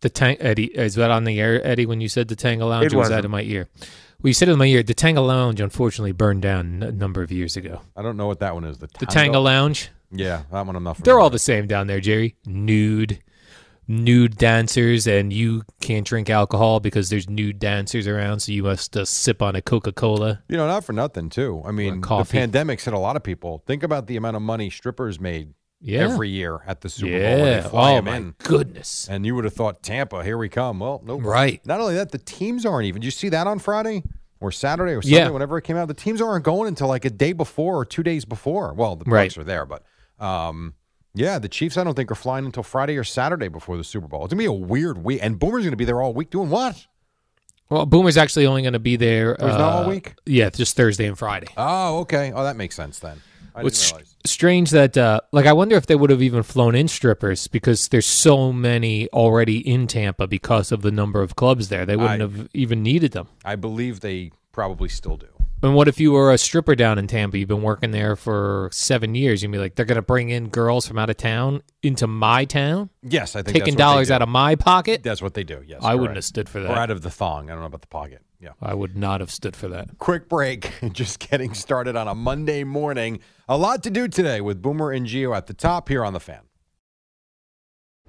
S2: The tank, Eddie, is that on the air, Eddie? When you said the Tango Lounge,
S3: It
S2: or was that
S3: wasn't.
S2: in my ear? Well, you said it in my ear. The Tango Lounge, unfortunately, burned down a number of years ago.
S3: I don't know what that one is. The
S2: The Tango Lounge,
S3: Yeah, that one I'm not.
S2: they're
S3: familiar
S2: all the
S3: with.
S2: same down there, Jerry. Nude, nude dancers, and you can't drink alcohol because there's nude dancers around, so you must uh, sip on a Coca Cola.
S3: You know, not for nothing too. I mean, the
S2: coffee.
S3: pandemic's hit a lot of people. Think about the amount of money strippers made
S2: Yeah.
S3: every year at the Super Bowl. When
S2: yeah.
S3: they fly
S2: oh
S3: 'em
S2: my
S3: in.
S2: goodness.
S3: And you would have thought Tampa, here we come. Well, nope.
S2: Right.
S3: Not only that, the teams aren't even. Did you see that on Friday or Saturday or Sunday,
S2: Yeah.
S3: whenever it came out? The teams aren't going until like a day before or two days before. Well, the Bucks
S2: Right.
S3: are there, but um, yeah, the Chiefs I don't think are flying until Friday or Saturday before the Super Bowl. It's gonna be a weird week, and Boomer's gonna be there all week doing what?
S2: Well, Boomer's actually only going to be there. uh,
S3: Oh, he's not all week?
S2: Yeah, just Thursday and Friday.
S3: Oh, okay. Oh, that makes sense then. I didn't
S2: What's st-
S3: realize.
S2: strange that uh, like I wonder if they would have even flown in strippers because there's so many already in Tampa because of the number of clubs there. They wouldn't
S3: I-
S2: have even needed them.
S3: I believe they probably still do.
S2: And what if you were a stripper down in Tampa? You've been working there for seven years. You'd be like, they're going to bring in girls from out of town into my town?
S3: Yes, I think
S2: Taking
S3: that's what they
S2: dollars
S3: do.
S2: out of my pocket?
S3: That's what they do. Yes,
S2: I wouldn't
S3: correct.
S2: have stood for that.
S3: Or out of the thong. I don't know about the pocket. Yeah.
S2: I would not have stood for that.
S3: Quick break. [LAUGHS] Just getting started on a Monday morning. A lot to do today with Boomer and Geo at the top here on the fan.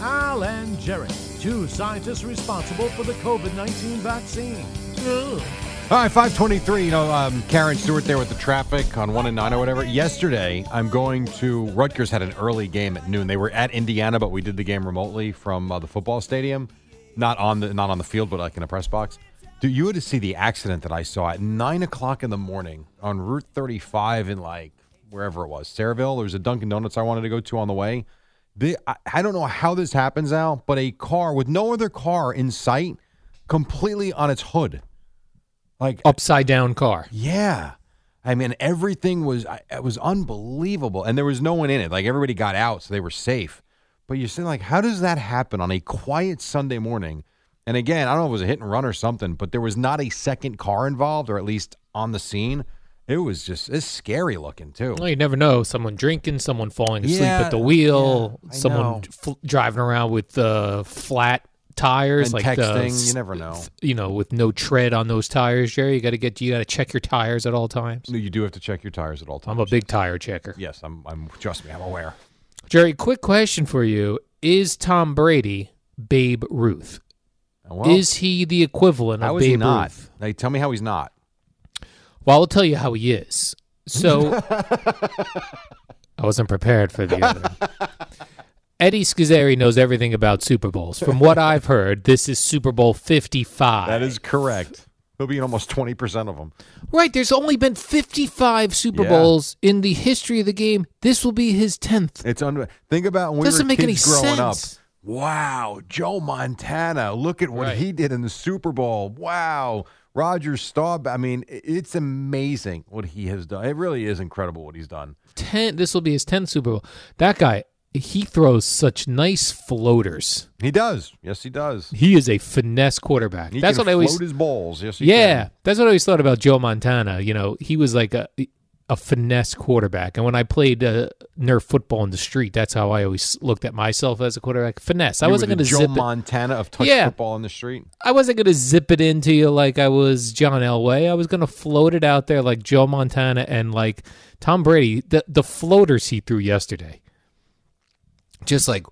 S9: Al and Jerry, two scientists responsible for the COVID 19 vaccine. Ugh.
S3: All right, 523. You know, um, Karen Stewart there with the traffic on 1 and 9 or whatever. Yesterday, I'm going to Rutgers had an early game at noon. They were at Indiana, but we did the game remotely from uh, the football stadium, not on the not on the field, but like in a press box. Dude, you would see the accident that I saw at 9 o'clock in the morning on Route 35 in like wherever it was, Saraville. There was a Dunkin' Donuts I wanted to go to on the way. The, I, I don't know how this happens now, but a car with no other car in sight, completely on its hood like
S2: upside down car.
S3: Yeah, I mean everything was I- it was unbelievable, and there was no one in it. Like everybody got out, so they were safe. But you're saying like, how does that happen on a quiet Sunday morning? And again, I don't know if it was a hit and run or something, but there was not a second car involved, or at least on the scene. It was just it's scary looking too.
S2: Well, you never know. Someone drinking, someone falling asleep
S3: Yeah,
S2: at the wheel,
S3: yeah, I know.
S2: someone fl- driving around with uh, flat tires,
S3: And
S2: like
S3: texting,
S2: the,
S3: you never know.
S2: You know, with no tread on those tires, Jerry. You got to get, you got to check your tires at all times.
S3: No, you do have to check your tires at all times.
S2: I'm a big tire checker.
S3: Yes, I'm. I'm. Trust me, I'm aware.
S2: Jerry, quick question for you: Is Tom Brady Babe Ruth?
S3: Well,
S2: is he the equivalent of
S3: How is
S2: Babe
S3: he not?
S2: Ruth?
S3: Like, tell me how he's not.
S2: Well, I'll tell you how he is.
S3: [LAUGHS]
S2: So I wasn't prepared for the other. Eddie Scazzeri knows everything about Super Bowls. From what I've heard, this is Super Bowl 55.
S3: That is correct. He'll be in almost twenty percent of them.
S2: Right, there's only been 55 Super
S3: Yeah.
S2: Bowls in the history of the game. This will be his 10th.
S3: It's un- think about when we
S2: Doesn't
S3: were
S2: make
S3: kids
S2: any
S3: growing
S2: sense.
S3: up. Wow, Joe Montana! Look at what
S2: Right.
S3: he did in the Super Bowl. Wow, Roger Staub. I mean, i- it's amazing what he has done. It really is incredible what he's done.
S2: 10 this will be his 10th Super Bowl. That guy, he throws such nice floaters.
S3: He does. Yes, he does.
S2: He is a finesse quarterback.
S3: He
S2: That's
S3: can
S2: what I always
S3: float his balls. Yes, he
S2: yeah,
S3: can.
S2: that's what I always thought about Joe Montana. You know, he was like a a finesse quarterback. And when I played uh, Nerf football in the street, that's how I always looked at myself as a quarterback. Finesse. I
S3: You were
S2: wasn't
S3: the
S2: going to
S3: Joe
S2: zip it.
S3: Montana of touch
S2: Yeah.
S3: football on the street.
S2: I wasn't going to zip it into you like I was John Elway. I was going to float it out there like Joe Montana and like Tom Brady. The the floaters he threw yesterday. Just like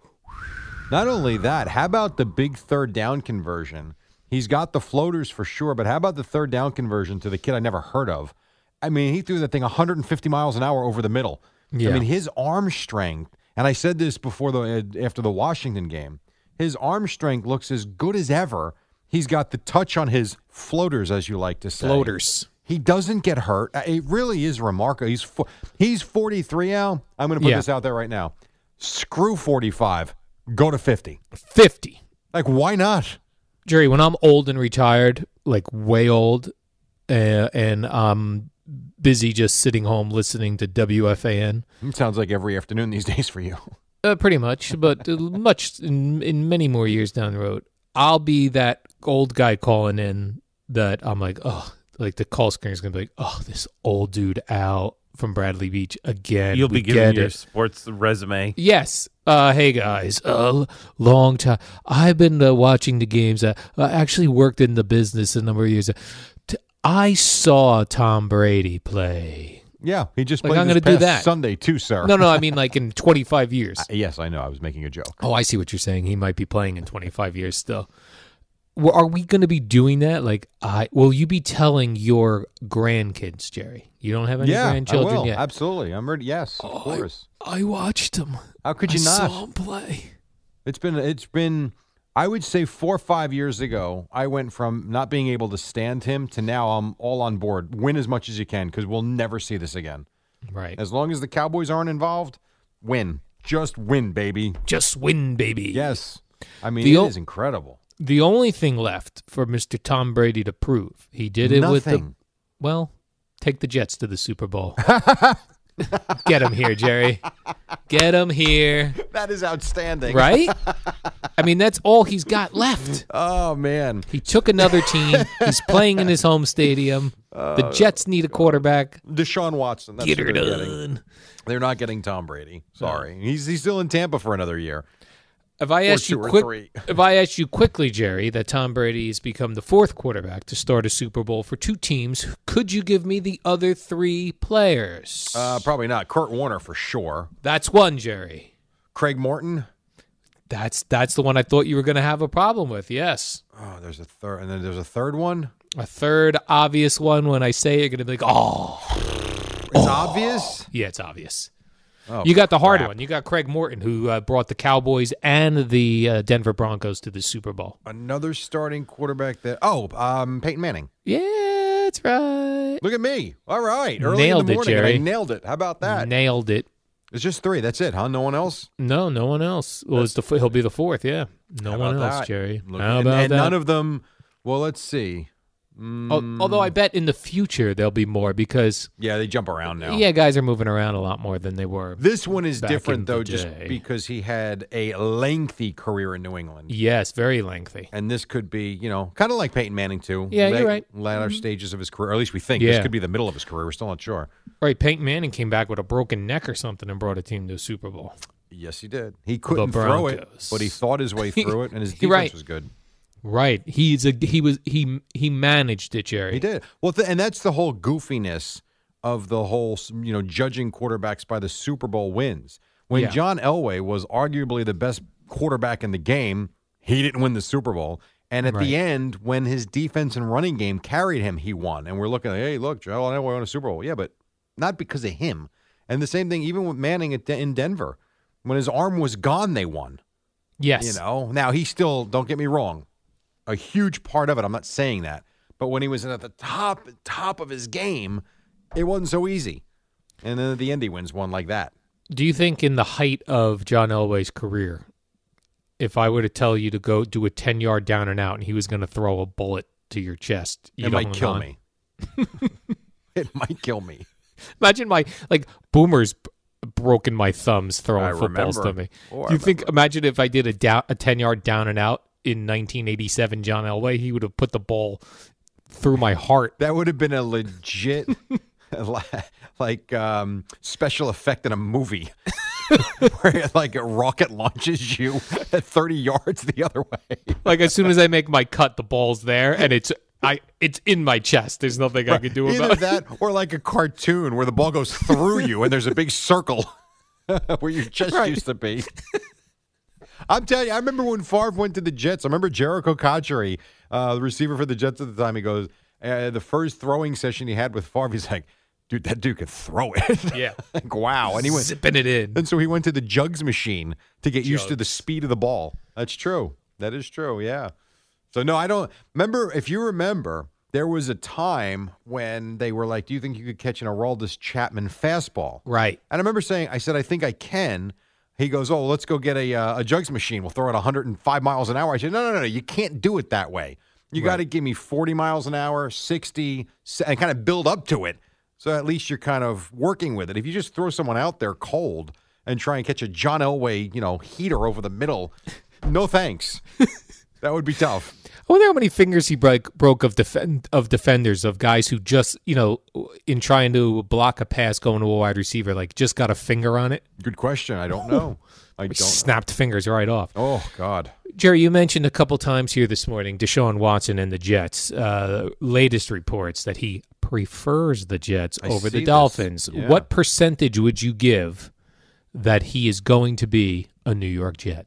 S3: Not only that, how about the big third down conversion? He's got the floaters for sure, but how about the third down conversion to the kid I never heard of? I mean, he threw that thing 150 miles an hour over the middle.
S2: Yeah.
S3: I mean, his arm strength, and I said this before the uh, after the Washington game, his arm strength looks as good as ever. He's got the touch on his floaters, as you like to say.
S2: Floaters.
S3: He doesn't get hurt. Uh, It really is remarkable. He's fo- he's 43 now. I'm going to put
S2: Yeah.
S3: this out there right now. Screw 45. Go to 50.
S2: 50.
S3: Like, why not?
S2: Jerry, when I'm old and retired, like way old, uh, and I'm busy just sitting home listening to WFAN,
S3: It sounds like every afternoon these [LAUGHS] days for you.
S2: uh, pretty much, but [LAUGHS] uh, much in, in many more years down the road, I'll be that old guy calling in that I'm like, oh, like the call screen is going to be like, oh, this old dude Al from Bradley Beach again.
S10: You'll
S2: We
S10: be giving
S2: get
S10: your
S2: it."
S10: sports resume.
S2: Yes. Uh, hey guys, a uh, long time. I've been uh, watching the games. I uh, actually worked in the business a number of years. T- I saw Tom Brady play.
S3: Yeah, he just
S2: Like,
S3: played
S2: I'm
S3: this
S2: gonna do
S3: past
S2: that.
S3: Sunday too, sir.
S2: No,
S3: [LAUGHS]
S2: no, I mean like in 25 [LAUGHS] years.
S3: yes, I know. I was making a joke.
S2: Oh, I see what you're saying. He might be playing in 25 years still. Well, are we going to be doing that? Like, I will you be telling your grandkids, Jerry? You don't have any
S3: yeah,
S2: grandchildren
S3: I will.
S2: yet. Oh,
S3: Absolutely, I'm ready. Yes, of course.
S11: I watched him.
S3: How could you
S11: I
S3: not?
S11: saw him play.
S3: It's been it's been I would say four or five years ago, I went from not being able to stand him to now I'm all on board. Win as much as you can because we'll never see this again.
S2: Right.
S3: As long as the Cowboys aren't involved, win. Just win, baby.
S2: Just win, baby.
S3: Yes. I mean,
S2: The
S3: it
S2: o-
S3: is incredible.
S2: The only thing left for Mr. Tom Brady to prove, he did it with the
S3: Nothing.
S2: well, take the Jets to the Super
S3: [LAUGHS]
S2: Bowl. Get him here, Jerry. Get him here.
S3: That is outstanding.
S2: Right? I mean, that's all he's got left.
S3: Oh man.
S2: He took another team. He's playing in his home stadium. the
S3: Oh,
S2: Jets need a quarterback.
S3: Deshaun Watson. That's
S2: Get
S3: who
S2: her
S3: they're
S2: done.
S3: getting. They're not getting Tom Brady. Sorry. He's he's still in Tampa for another year.
S2: If I
S3: Or
S2: asked you
S3: two or
S2: quick,
S3: three.
S2: [LAUGHS] if I asked you quickly, Jerry, that Tom Brady has become the fourth quarterback to start a Super Bowl for two teams, could you give me the other three players?
S3: Uh, probably not. Kurt Warner for sure.
S2: That's one, Jerry.
S3: Craig Morton.
S2: That's that's the one I thought you were going to have a problem with. Yes,
S3: Oh, there's a third, and then there's a third one.
S2: a third obvious one. When I say it, you're going to be like, oh,
S3: It's obvious.
S2: yeah, it's obvious.
S3: Oh,
S2: you got the hard
S3: crap.
S2: one. You got Craig Morton, who uh, brought the Cowboys and the uh, Denver Broncos to the Super Bowl.
S3: Another starting quarterback that. Oh, um, Peyton Manning.
S2: Yeah, that's right.
S3: Look at me. All right, early in
S2: Nailed
S3: the
S2: it,
S3: morning, and
S2: Jerry.
S3: I nailed it. How about that?
S2: Nailed it.
S3: it's just three. That's it, huh? No one else.
S2: No, no one else. Well, it's the f- he'll be the fourth. Yeah, no
S3: How
S2: one
S3: about
S2: else,
S3: that?
S2: Jerry.
S3: Look-
S2: How
S3: and,
S2: about
S3: and
S2: that?
S3: none of them. Well, let's see.
S2: Al- Although I bet in the future there'll be more because
S3: Yeah, they jump around now.
S2: yeah, guys are moving around a lot more than they were.
S3: This one is
S2: back in
S3: different
S2: the
S3: though, just
S2: day.
S3: because he had a lengthy career in New England.
S2: yes, very lengthy.
S3: And this could be, you know, kind of like Peyton Manning too.
S2: Yeah, you're
S3: Late-
S2: right. Mm-hmm.
S3: Latter stages of his career, or at least we think
S2: Yeah.
S3: this could be the middle of his career. We're still not sure.
S2: Right, Peyton Manning came back with a broken neck or something and brought a team to a Super Bowl.
S3: Yes, he did. He couldn't throw it, but he
S2: Broncos.
S3: thought his
S2: [LAUGHS]
S3: way through it, and his
S2: You're
S3: defense
S2: right.
S3: was good.
S2: Right, he's a he was he he managed it, Jerry.
S3: He did well, th- and that's the whole goofiness of the whole, s- you know, judging quarterbacks by the Super Bowl wins. When
S2: Yeah.
S3: John Elway was arguably the best quarterback in the game, he didn't win the Super Bowl. And at
S2: Right.
S3: the end, when his defense and running game carried him, he won. And we're looking like, hey, look, John Elway won a Super Bowl. Yeah, but not because of him. And the same thing, even with Manning at De- in Denver, when his arm was gone, they won.
S2: Yes,
S3: You know, now he still, don't get me wrong, a huge part of it. I'm not saying that. But when he was at the top, top of his game, it wasn't so easy. And then at the end, he wins one like that.
S2: Do you think in the height of John Elway's career, if I were to tell you to go do a ten yard down and out and he was going to throw a bullet to your chest, you'd
S3: It might
S2: hold
S3: kill
S2: on?
S3: me. [LAUGHS] it might kill me.
S2: Imagine my like boomers b- broken my thumbs throwing
S3: I
S2: footballs to
S3: remember.
S2: me.
S3: Oh, I
S2: you think? Imagine if I did a down, a ten yard down and out in 1987, John Elway, he would have put the ball through my heart.
S3: That would have been a legit, [LAUGHS] like, um, special effect in a movie. [LAUGHS] where like a rocket launches you [LAUGHS] at 30 yards the other way.
S2: Like as soon as I make my cut, the ball's there and it's I it's in my chest. There's nothing I could do
S3: Either
S2: about it.
S3: that or like a cartoon where the ball goes through you and there's a big circle [LAUGHS] where your chest used to be. I'm telling you, I remember when Favre went to the Jets. I remember Jericho Cochery, uh, the receiver for the Jets at the time. He goes, uh, the first throwing session he had with Favre, he's like, dude, that dude could throw it. [LAUGHS]
S2: Yeah.
S3: like, wow. And, he went,
S2: Zipping it in.
S3: and so he went to the jugs machine to get used to the speed of the ball. That's true. That is true. Yeah. So no, I don't remember. If you remember, there was a time when they were like, "Do you think you could catch an Araldus Chapman fastball?"
S2: Right.
S3: And I remember saying, "I said I think I can." He goes, "Oh, let's go get a uh, a jugs machine. We'll throw it 105 miles an hour." I said, "No, no, no, no. You can't do it that way. You got to give me 40 miles an hour, 60, se- and kind of build up to it. So at least you're kind of working with it. If you just throw someone out there cold and try and catch a John Elway, you know, heater over the middle, no thanks. that would be tough."
S2: I wonder how many fingers he broke broke of defend of defenders of guys who just you know in trying to block a pass going to a wide receiver like just got a finger on it.
S3: Good question. I don't know. I don't.
S2: snapped fingers right off.
S3: Oh God,
S2: Jerry, you mentioned a couple times here this morning Deshaun Watson and the Jets. Uh, latest reports that he prefers the Jets
S3: I
S2: over
S3: see
S2: the
S3: this.
S2: Dolphins.
S3: Yeah.
S2: What percentage would you give that he is going to be a New York Jet?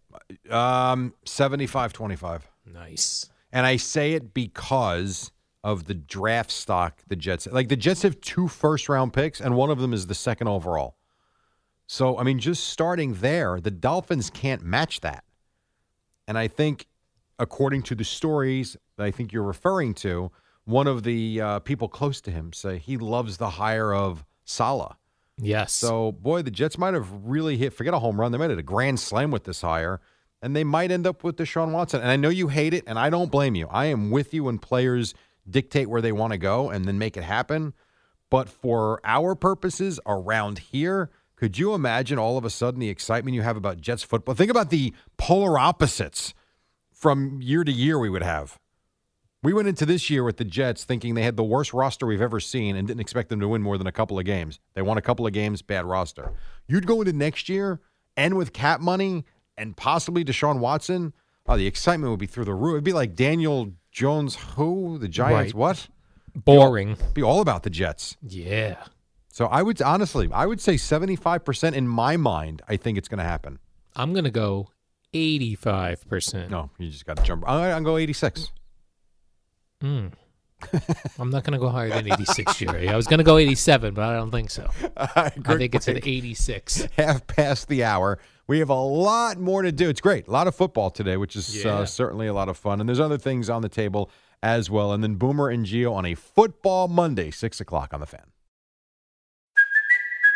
S3: Um, 75 25.
S2: Nice.
S3: And I say it because of the draft stock the Jets like the Jets have two first round picks and one of them is the second overall. So I mean just starting there, the Dolphins can't match that. And I think according to the stories that I think you're referring to, one of the uh, people close to him say he loves the hire of Sala.
S2: Yes.
S3: So, boy, the Jets might have really hit, forget a home run. They might have hit a grand slam with this hire, and they might end up with Deshaun Watson. And I know you hate it, and I don't blame you. I am with you when players dictate where they want to go and then make it happen. But for our purposes around here, could you imagine all of a sudden the excitement you have about Jets football? Think about the polar opposites from year to year we would have. We went into this year with the Jets thinking they had the worst roster we've ever seen and didn't expect them to win more than a couple of games. They won a couple of games, bad roster. You'd go into next year and with cap money and possibly Deshaun Watson, oh, the excitement would be through the roof. It'd be like Daniel Jones, who the Giants,
S2: Right.
S3: what?
S2: Boring.
S3: Be all about the Jets.
S2: Yeah.
S3: So I would honestly, I would say seventy-five percent in my mind. I think it's going to happen.
S2: I'm going to go 85%.
S3: No, you just got to jump. I, I'll go eighty-six.
S2: Mm. [LAUGHS] I'm not going to go higher than 86, Jerry. I was going to go 87, but I don't think so.
S3: I
S2: I think it's an 86.
S3: [LAUGHS] half past the hour. We have a lot more to do. It's great. A lot of football today, which is
S2: Yeah.
S3: uh, certainly a lot of fun. And there's other things on the table as well. And then Boomer and Geo on a football Monday, 6 o'clock on the fan.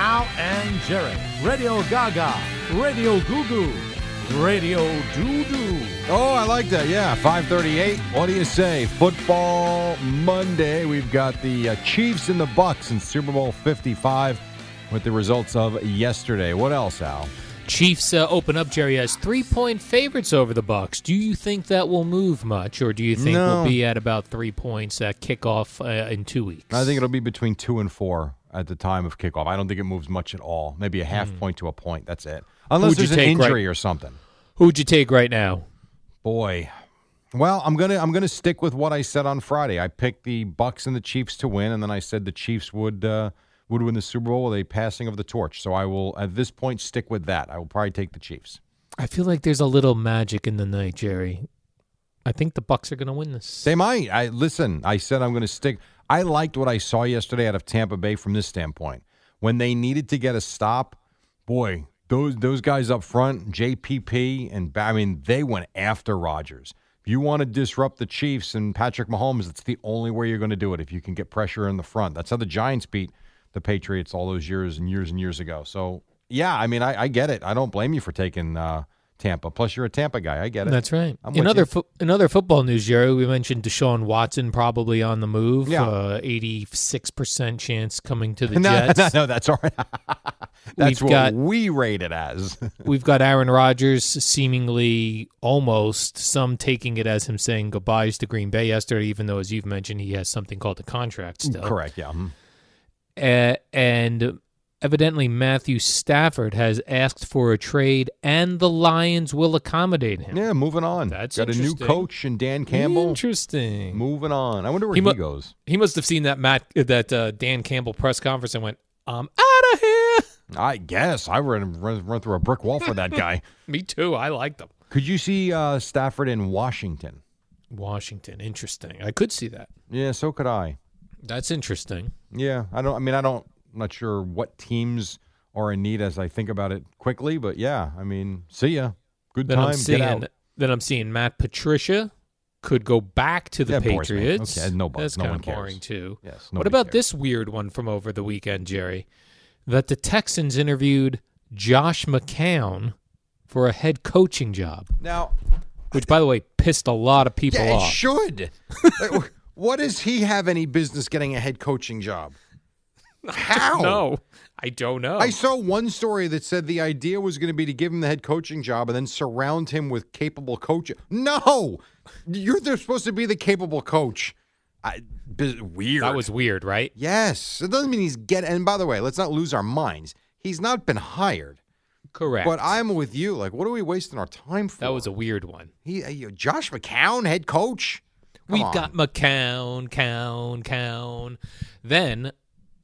S9: Al and Jerry, Radio Gaga, Radio Goo Goo, Radio Doo Doo.
S3: Oh, I like that. Yeah, 538. What do you say? Football Monday. We've got the uh, Chiefs and the Bucks in Super Bowl 55 with the results of yesterday. What else, Al?
S2: Chiefs uh, open up, Jerry, as three point favorites over the Bucks. Do you think that will move much, or do you think
S3: No.
S2: we'll be at about three points at kickoff uh, in two weeks?
S3: I think it'll be between two and four at the time of kickoff. I don't think it moves much at all. Maybe a half
S2: Hmm.
S3: point to a point. That's it.
S2: Who
S3: Unless
S2: would you
S3: there's an
S2: take right-
S3: injury or something.
S2: Who would you take right now?
S3: Boy. Well, I'm gonna I'm gonna stick with what I said on Friday. I picked the Bucks and the Chiefs to win, and then I said the Chiefs would uh, would win the Super Bowl with a passing of the torch. So I will at this point stick with that. I will probably take the Chiefs.
S2: I feel like there's a little magic in the night, Jerry. I think the Bucks are going to win this.
S3: They might. I listen. I said I'm going to stick. I liked what I saw yesterday out of Tampa Bay from this standpoint. When they needed to get a stop, boy, those those guys up front, JPP and Ba- I mean, they went after Rodgers. If you want to disrupt the Chiefs and Patrick Mahomes, it's the only way you're going to do it. If you can get pressure in the front, that's how the Giants beat the Patriots all those years and years and years ago. So yeah, I mean, I, I get it. I don't blame you for taking uh, Tampa. Plus, you're a Tampa guy. I get it.
S2: That's right.
S3: I'm
S2: in
S3: with
S2: other
S3: you.
S2: fo- in other football news, Jerry, we mentioned Deshaun Watson probably on the move.
S3: Yeah.
S2: eighty six percent chance coming to
S3: [LAUGHS]
S2: the
S3: no,
S2: Jets.
S3: No, no, that's all right. [LAUGHS] that's
S2: We've
S3: what
S2: got-
S3: we rate it as. [LAUGHS]
S2: We've got Aaron Rodgers seemingly almost, some taking it as him saying goodbyes to Green Bay yesterday, even though, as you've mentioned, he has something called a contract still.
S3: Correct, yeah. mhm.
S2: Uh, and evidently, Matthew Stafford has asked for a trade, and the Lions will accommodate him.
S3: Yeah, moving on.
S2: That's
S3: Got a new
S2: interesting.
S3: coach and Dan Campbell.
S2: Interesting.
S3: Moving on. I wonder where
S2: He
S3: he,
S2: mu-
S3: goes.
S2: He must have seen that Matt, that uh, Dan Campbell press conference and went, um,
S3: I guess I run, run run through a brick wall for that guy.
S2: [LAUGHS] me too. I like them.
S3: Could you see uh, Stafford in Washington?
S2: Washington, interesting. I could see that.
S3: Yeah, so could I.
S2: That's interesting.
S3: Yeah, I don't. I mean, I don't. I'm not sure what teams are in need as I think about it quickly, but yeah, I mean, see ya. Good
S2: Then
S3: time.
S2: I'm seeing
S3: Get out.
S2: then I'm seeing Matt Patricia could go back to the
S3: That bores me.
S2: Patriots.
S3: Okay, no bu-
S2: That's
S3: no
S2: kind
S3: one
S2: of
S3: cares.
S2: boring too.
S3: Yes,
S2: What
S3: nobody
S2: about this weird one from over the weekend, Jerry? That the Texans interviewed Josh McCown for a head coaching job,
S3: Now,
S2: which, by the way, pissed a lot of people
S3: yeah, it
S2: off.
S3: should. [LAUGHS] Like, what does he have any business getting a head coaching [LAUGHS] job? How?
S2: No, I don't know.
S3: I saw one story that said the idea was going to be to give him the head coaching job and then surround him with capable coaches. No, you're they're supposed to be the capable coach. I, biz, weird. That was
S2: weird, right?
S3: Yes. It doesn't mean he's get. And by the way, let's not lose our minds. He's not been hired.
S2: Correct.
S3: But I'm with you. Like, what are we wasting our time for? That was
S2: a weird one.
S3: He, uh, Josh McCown, head coach. Come
S2: We've
S3: on.
S2: got McCown, Cown, Cown. Then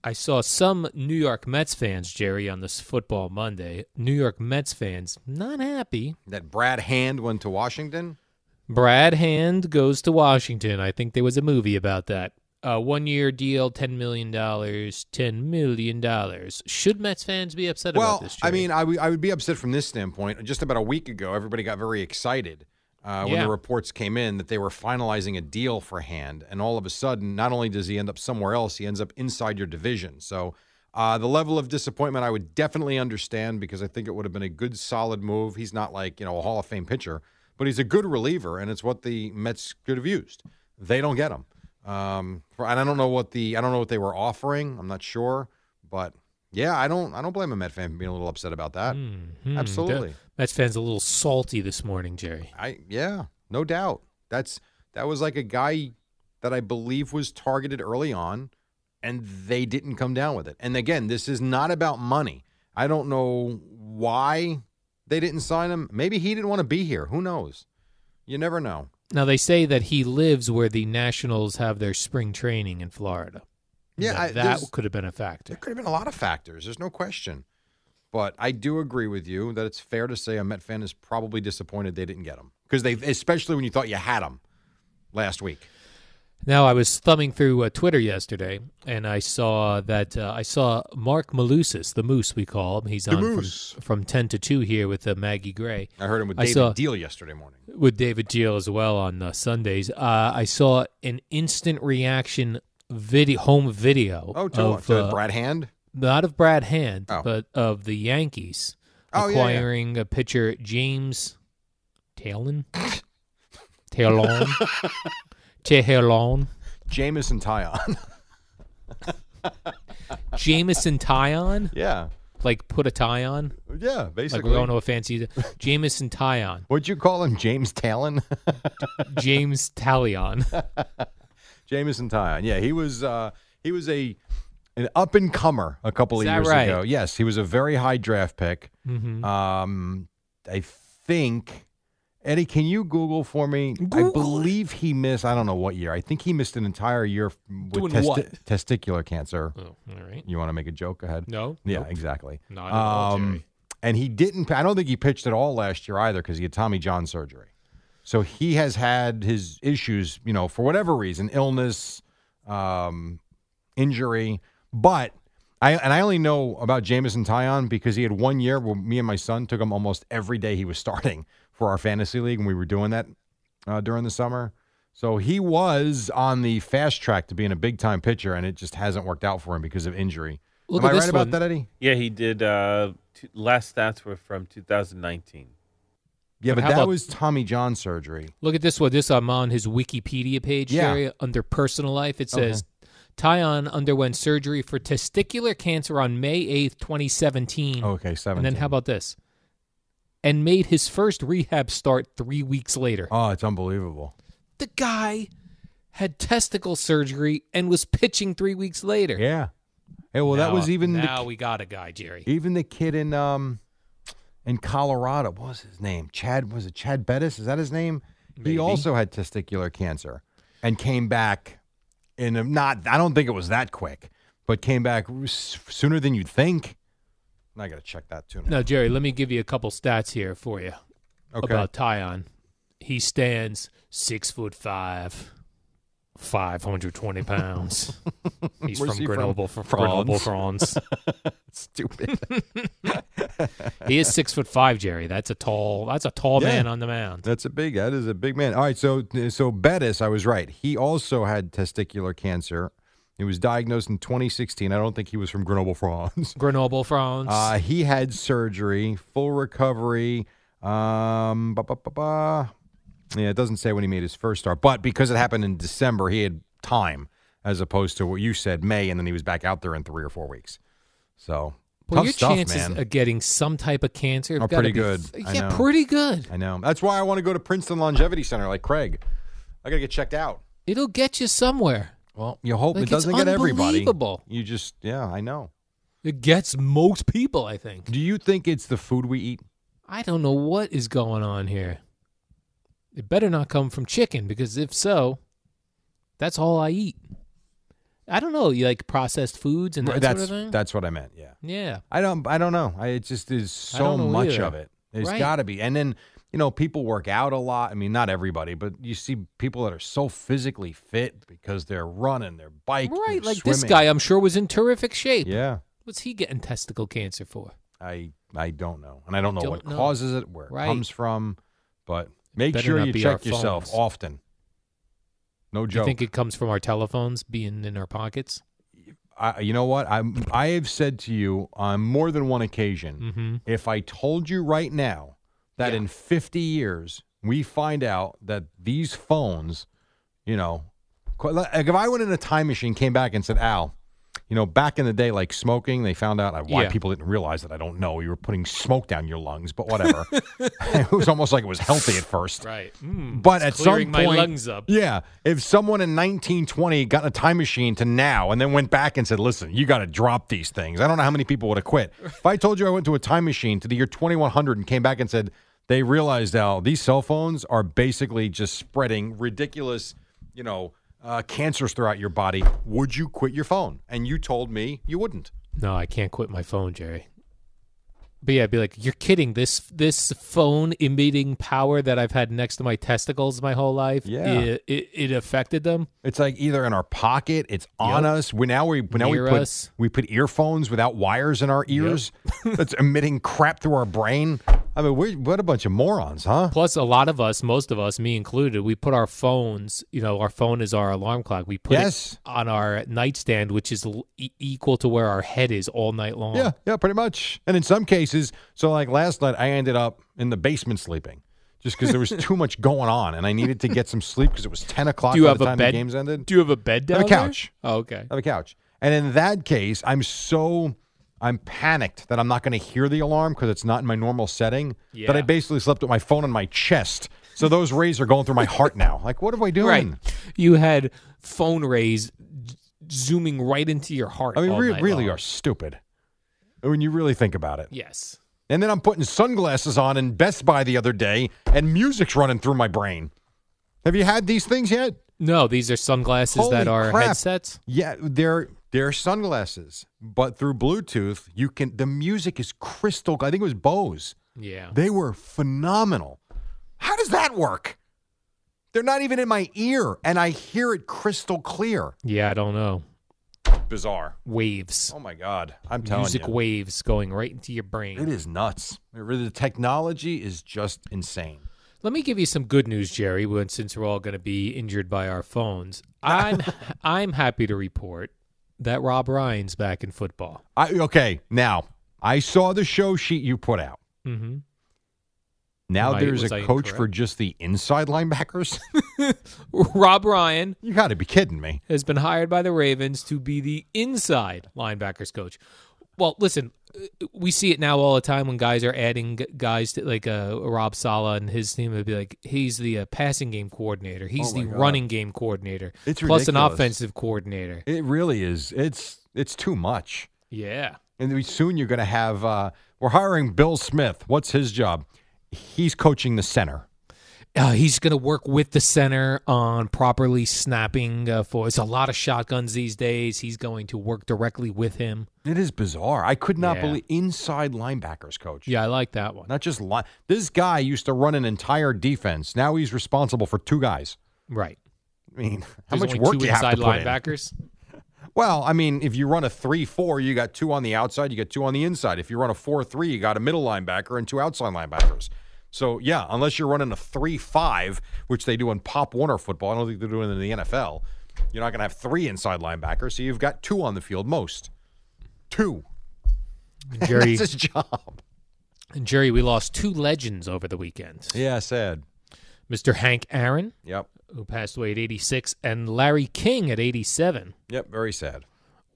S2: I saw some New York Mets fans, Jerry, on this football Monday. New York Mets fans not happy.
S3: That Brad Hand went to Washington.
S2: Brad Hand goes to Washington. I think there was a movie about that. Uh, one year deal, $10 million. $10 million. Should Mets fans be upset
S3: well,
S2: about this?
S3: I mean, I would- I would be upset from this standpoint. Just about a week ago, everybody got very excited uh, when
S2: Yeah.
S3: the reports came in that they were finalizing a deal for Hand, and all of a sudden, not only does he end up somewhere else, he ends up inside your division. So. Uh, the level of disappointment I would definitely understand because I think it would have been a good, solid move. He's not like you know a Hall of Fame pitcher, but he's a good reliever, and it's what the Mets could have used. They don't get him, um, for- and I don't know what the I don't know what they were offering. I'm not sure, but yeah, I don't I don't blame a Met fan for being a little upset about that.
S2: Hmm, the
S3: Absolutely.
S2: Mets fans a little salty this morning, Jerry.
S3: I yeah, no doubt. That's that was like a guy that I believe was targeted early on and they didn't come down with it. And again, this is not about money. I don't know why they didn't sign him. Maybe he didn't want to be here. Who knows? You never know.
S2: Now, they say that he lives where the Nationals have their spring training in Florida.
S3: Yeah,
S2: That-
S3: I-
S2: that
S3: there's-
S2: could have been a factor.
S3: There could have been a lot of factors. There's no question. But I do agree with you that it's fair to say a Met fan is probably disappointed they didn't get him because they, especially when you thought you had him last week.
S2: Now I was thumbing through uh, Twitter yesterday, and I saw that uh, I saw Mark Malusis, the Moose we call him. He's
S3: The
S2: on from-
S3: Moose.
S2: From, ten to two here with uh, Maggie Gray.
S3: I heard him with
S2: I
S3: David
S2: saw-
S3: Deal yesterday morning.
S2: with David Deal as well on uh, Sundays. Uh, I saw an instant reaction video, home video.
S3: Oh, to-
S2: of, uh,
S3: to Brad Hand?
S2: Not of Brad Hand, but of the Yankees
S3: Oh, yeah, yeah.
S2: acquiring a pitcher James Talon.
S3: [LAUGHS]
S2: Talon. Talon.
S3: Jamison Tyon. [LAUGHS]
S2: Jamison Tyon.
S3: Yeah.
S2: Like put a tie on.
S3: Yeah,
S2: Like
S3: basically.
S2: we're going to a fancy [LAUGHS] Jamison Tyon.
S3: What'd you call him? James [LAUGHS] Talon?
S2: James
S3: [LAUGHS]
S2: Talion.
S3: Jamison Tyon. Yeah, he was uh, he was a an up and comer a couple of
S2: Is that
S3: years
S2: right?
S3: ago. Yes, he was a very high draft pick.
S2: Mhm.
S3: Um, I think Eddie, can you Google for me? I believe he missed. I don't know what year. I think he missed an entire year f-
S2: Doing
S3: with
S2: what?
S3: testicular cancer.
S2: Oh, all right.
S3: You want to make a joke? Go ahead.
S2: No.
S3: Yeah,
S2: Nope.
S3: exactly. Um,
S2: Not at all, Jerry.
S3: and he didn't. I don't think he pitched at all last year either because he had Tommy John surgery. So he has had his issues, you know, for whatever reason, illness, um, injury. But I and I only know about Jamison Tyon because he had one year where me and my son took him almost every day he was starting for our fantasy league, and we were doing that uh, during the summer. So he was on the fast track to being a big time pitcher, and it just hasn't worked out for him because of injury.
S12: Look
S3: Am
S12: at
S3: I
S12: this
S3: right about
S12: one.
S3: that, Eddie?
S13: Yeah, he did. Uh, two, last stats were from 2019.
S3: Yeah,
S2: But
S3: but,
S2: how
S3: that
S2: about-
S3: was Tommy John surgery.
S2: Look at this one. This I'm on his Wikipedia page,
S3: Yeah.
S2: Jerry, under personal life. It
S3: Okay.
S2: says Tyon underwent surgery for testicular cancer on May 8th, 2017.
S3: Okay,
S2: And then
S3: 17.
S2: how about this? And made his first rehab start three weeks later.
S3: Oh, it's unbelievable.
S2: The guy had testicle surgery and was pitching three weeks later.
S3: Yeah. Hey, well, that
S2: Now-
S3: was even
S2: now
S3: the,
S2: we got a guy, Jerry.
S3: even the kid in um in Colorado. What was his name? Chad was it Chad Bettis? Is that his name? He also had testicular cancer and came back in a, not. I don't think it was that quick, but came back s- sooner than you'd think. And I got to check that too. now.
S2: Now, Jerry, let me give you a couple stats here for you
S3: Okay.
S2: about Tyon. He stands six foot five, five hundred
S3: [LAUGHS]
S2: twenty pounds. He's
S3: Where's
S2: from
S3: he from?
S2: Grenoble, from?
S3: France.
S2: Grenoble, France.
S3: [LAUGHS] Stupid.
S2: he is six foot five, Jerry. That's a tall. That's a tall
S3: Yeah.
S2: man on the mound.
S3: That's a big. That is a big man. All right. So so Bettis, I was right. He also had testicular cancer, He was diagnosed in 2016. I don't think he was from Grenoble, France.
S2: Grenoble, France.
S3: Uh, he had surgery, full recovery. Um, ba, ba, ba, ba. Yeah, it doesn't say when he made his first start, but because it happened in December, he had time as opposed to what you said, May, and then he was back out there in three or four weeks. So
S2: well,
S3: tough
S2: your
S3: stuff,
S2: chances
S3: man.
S2: of getting some type of cancer have
S3: Are
S2: gotta
S3: pretty
S2: be-
S3: good. I
S2: yeah,
S3: know.
S2: pretty good.
S3: I know. That's why I want to go to Princeton Longevity Center, like Craig. I gotta get checked out.
S2: It'll get you somewhere.
S3: Well, you hope it
S2: Like, it's
S3: doesn't get everybody.
S2: unbelievable.
S3: You just, yeah, I know.
S2: It gets most people, I think.
S3: Do you think it's the food we eat?
S2: I don't know what is going on here. It better not come from chicken because if so, that's all I eat. I don't know. You like processed foods and that
S3: that's
S2: sort of thing.
S3: that's what I meant. Yeah.
S2: yeah.
S3: I don't. I don't know. I, it just is
S2: I
S3: so
S2: don't know
S3: much
S2: either.
S3: of it. There's
S2: Right.
S3: got to be. And then you know, people work out a lot. I mean, not everybody, but you see people that are so physically fit because they're running, they're biking,
S2: Right, like
S3: swimming.
S2: this guy, I'm sure was in terrific shape.
S3: Yeah.
S2: What's he getting testicle cancer for?
S3: I I don't know, and I don't know
S2: Don't
S3: what
S2: know.
S3: causes it, where
S2: Right.
S3: it comes from, but make
S2: Better
S3: sure
S2: not
S3: you
S2: be our
S3: check yourself
S2: phones.
S3: often. No
S2: Do you
S3: joke.
S2: think it comes from our telephones being in our pockets?
S3: I, you know what? I I have said to you on more than one occasion,
S2: Mhm.
S3: if I told you right now that in 50 years we find out that these phones, you know, qu- like if I went in a time machine, came back and said, "Al, you know, back in the day, like smoking, they found out uh, why
S12: Yeah.
S3: people didn't realize that. I don't know. You were putting smoke down your lungs, but whatever. [LAUGHS] it was almost like it was healthy at first,
S2: Right. Mm,
S3: but
S2: it's
S3: at some
S2: clearing
S3: point,
S2: my lungs up.
S3: Yeah, if someone in 1920 got in a time machine to now and then went back and said, "Listen, you got to drop these things," I don't know how many people would have quit. If I told you I went to a time machine to the year 2100 and came back and said they realized now these cell phones are basically just spreading ridiculous, you know, uh, cancers throughout your body, would you quit your phone? And you told me you wouldn't.
S2: No, I can't quit my phone, Jerry. But yeah, I'd be like, you're kidding. This this phone emitting power that I've had next to my testicles my whole life.
S3: Yeah.
S2: It, it, it affected them.
S3: It's like either in our pocket, it's on
S2: Yep.
S3: us. We now we now
S2: Near
S3: we put
S2: us.
S3: we put earphones without wires in our
S2: [LAUGHS]
S3: ears. That's emitting crap through our brain. I mean, we're, what a bunch of morons, huh?
S2: Plus, a lot of us, most of us, me included, we put our phones. You know, our phone is our alarm clock. We put
S3: Yes.
S2: it on our nightstand, which is l- e- equal to where our head is all night long.
S3: Yeah, yeah, pretty much. And in some cases, so like last night, I ended up in the basement sleeping just because
S2: [LAUGHS]
S3: there was too much going on, and I needed to get some sleep because it was ten o'clock.
S2: Do you
S3: by
S2: have
S3: the
S2: a
S3: time
S2: bed?
S3: The games ended.
S2: Do you have a bed
S3: I
S2: down
S3: have a
S2: there?
S3: couch.
S2: Oh, okay.
S3: I have a couch. And in that case, I'm so I'm panicked that I'm not going to hear the alarm because it's not in my normal setting. That I
S2: Yeah.
S3: basically slept with my phone on my chest. So those rays are going through my heart now. Like, what am I doing?
S2: Right. You had phone rays z- zooming right into your heart.
S3: I mean,
S2: all
S3: we
S2: night
S3: really
S2: long.
S3: are stupid when you really think about it.
S2: Yes.
S3: And then I'm putting sunglasses on in Best Buy the other day, and music's running through my brain. Have you had these things yet?
S2: No, these are sunglasses that
S3: Holy
S2: are
S3: crap.
S2: headsets.
S3: Yeah, they're they're sunglasses, but through Bluetooth, you can. The music is crystal. I think it was Bose.
S2: Yeah.
S3: They were phenomenal. How does that work? They're not even in my ear, and I hear it crystal clear.
S2: Yeah, I don't know.
S3: Bizarre.
S2: Waves.
S3: Oh my God, I'm telling
S2: Music
S3: you,
S2: waves going right into your brain.
S3: it is nuts. It really- the technology is just insane.
S2: Let me give you some good news, Jerry. When, since we're all going to be injured by
S3: [LAUGHS]
S2: our phones, I'm I'm happy to report that Rob Ryan's back in football.
S3: I, okay, now I saw the show sheet you put out.
S2: Mm-hmm.
S3: Now
S2: Am I-
S3: there's
S2: was I
S3: a coach for
S2: incorrect?
S3: just the inside linebackers.
S2: [LAUGHS]
S3: [LAUGHS]
S2: Rob Ryan
S3: you got to be kidding me.
S2: has been hired by the Ravens to be the inside linebackers coach. Well, listen, uh, we see it now all the time when guys are adding g- guys to like uh, Rob Sala and his team would be like he's the uh, passing game coordinator, he's
S3: Oh, my
S2: the
S3: God.
S2: running game coordinator,
S3: It's
S2: plus an
S3: ridiculous.
S2: offensive coordinator.
S3: It really is. It's it's too much.
S2: Yeah.
S3: And we- soon you're going to have. Uh, we're hiring Bill Smith. What's his job? He's coaching the center.
S2: Uh, he's going to work with the center on properly snapping uh, for. It's a lot of shotguns these days. He's going to work directly with him.
S3: It is bizarre. I could not
S2: Yeah.
S3: believe inside linebackers coach.
S2: Yeah, I like that one.
S3: Not just line. This guy used to run an entire defense. Now he's responsible for two guys.
S2: Right.
S3: I mean, how
S2: There's
S3: much
S2: only
S3: work
S2: two
S3: do you have
S2: inside
S3: to put in?
S2: linebackers?
S3: Well, I mean, if you run a three-four, you got two on the outside, you got two on the inside. If you run a four-three, you got a middle linebacker and two outside linebackers. So yeah, unless you're running a three-five, which they do in Pop Warner football, I don't think they're doing it in the NFL. You're not going to have three inside linebackers, so you've got two on the field most. Two. [LAUGHS]
S2: Jerry-
S3: That's his job.
S2: And Jerry, we lost two legends over the weekend.
S3: Yeah, sad.
S2: Mr. Hank Aaron.
S3: Yep.
S2: Who passed away at 86, and Larry King at 87.
S3: Yep, very sad.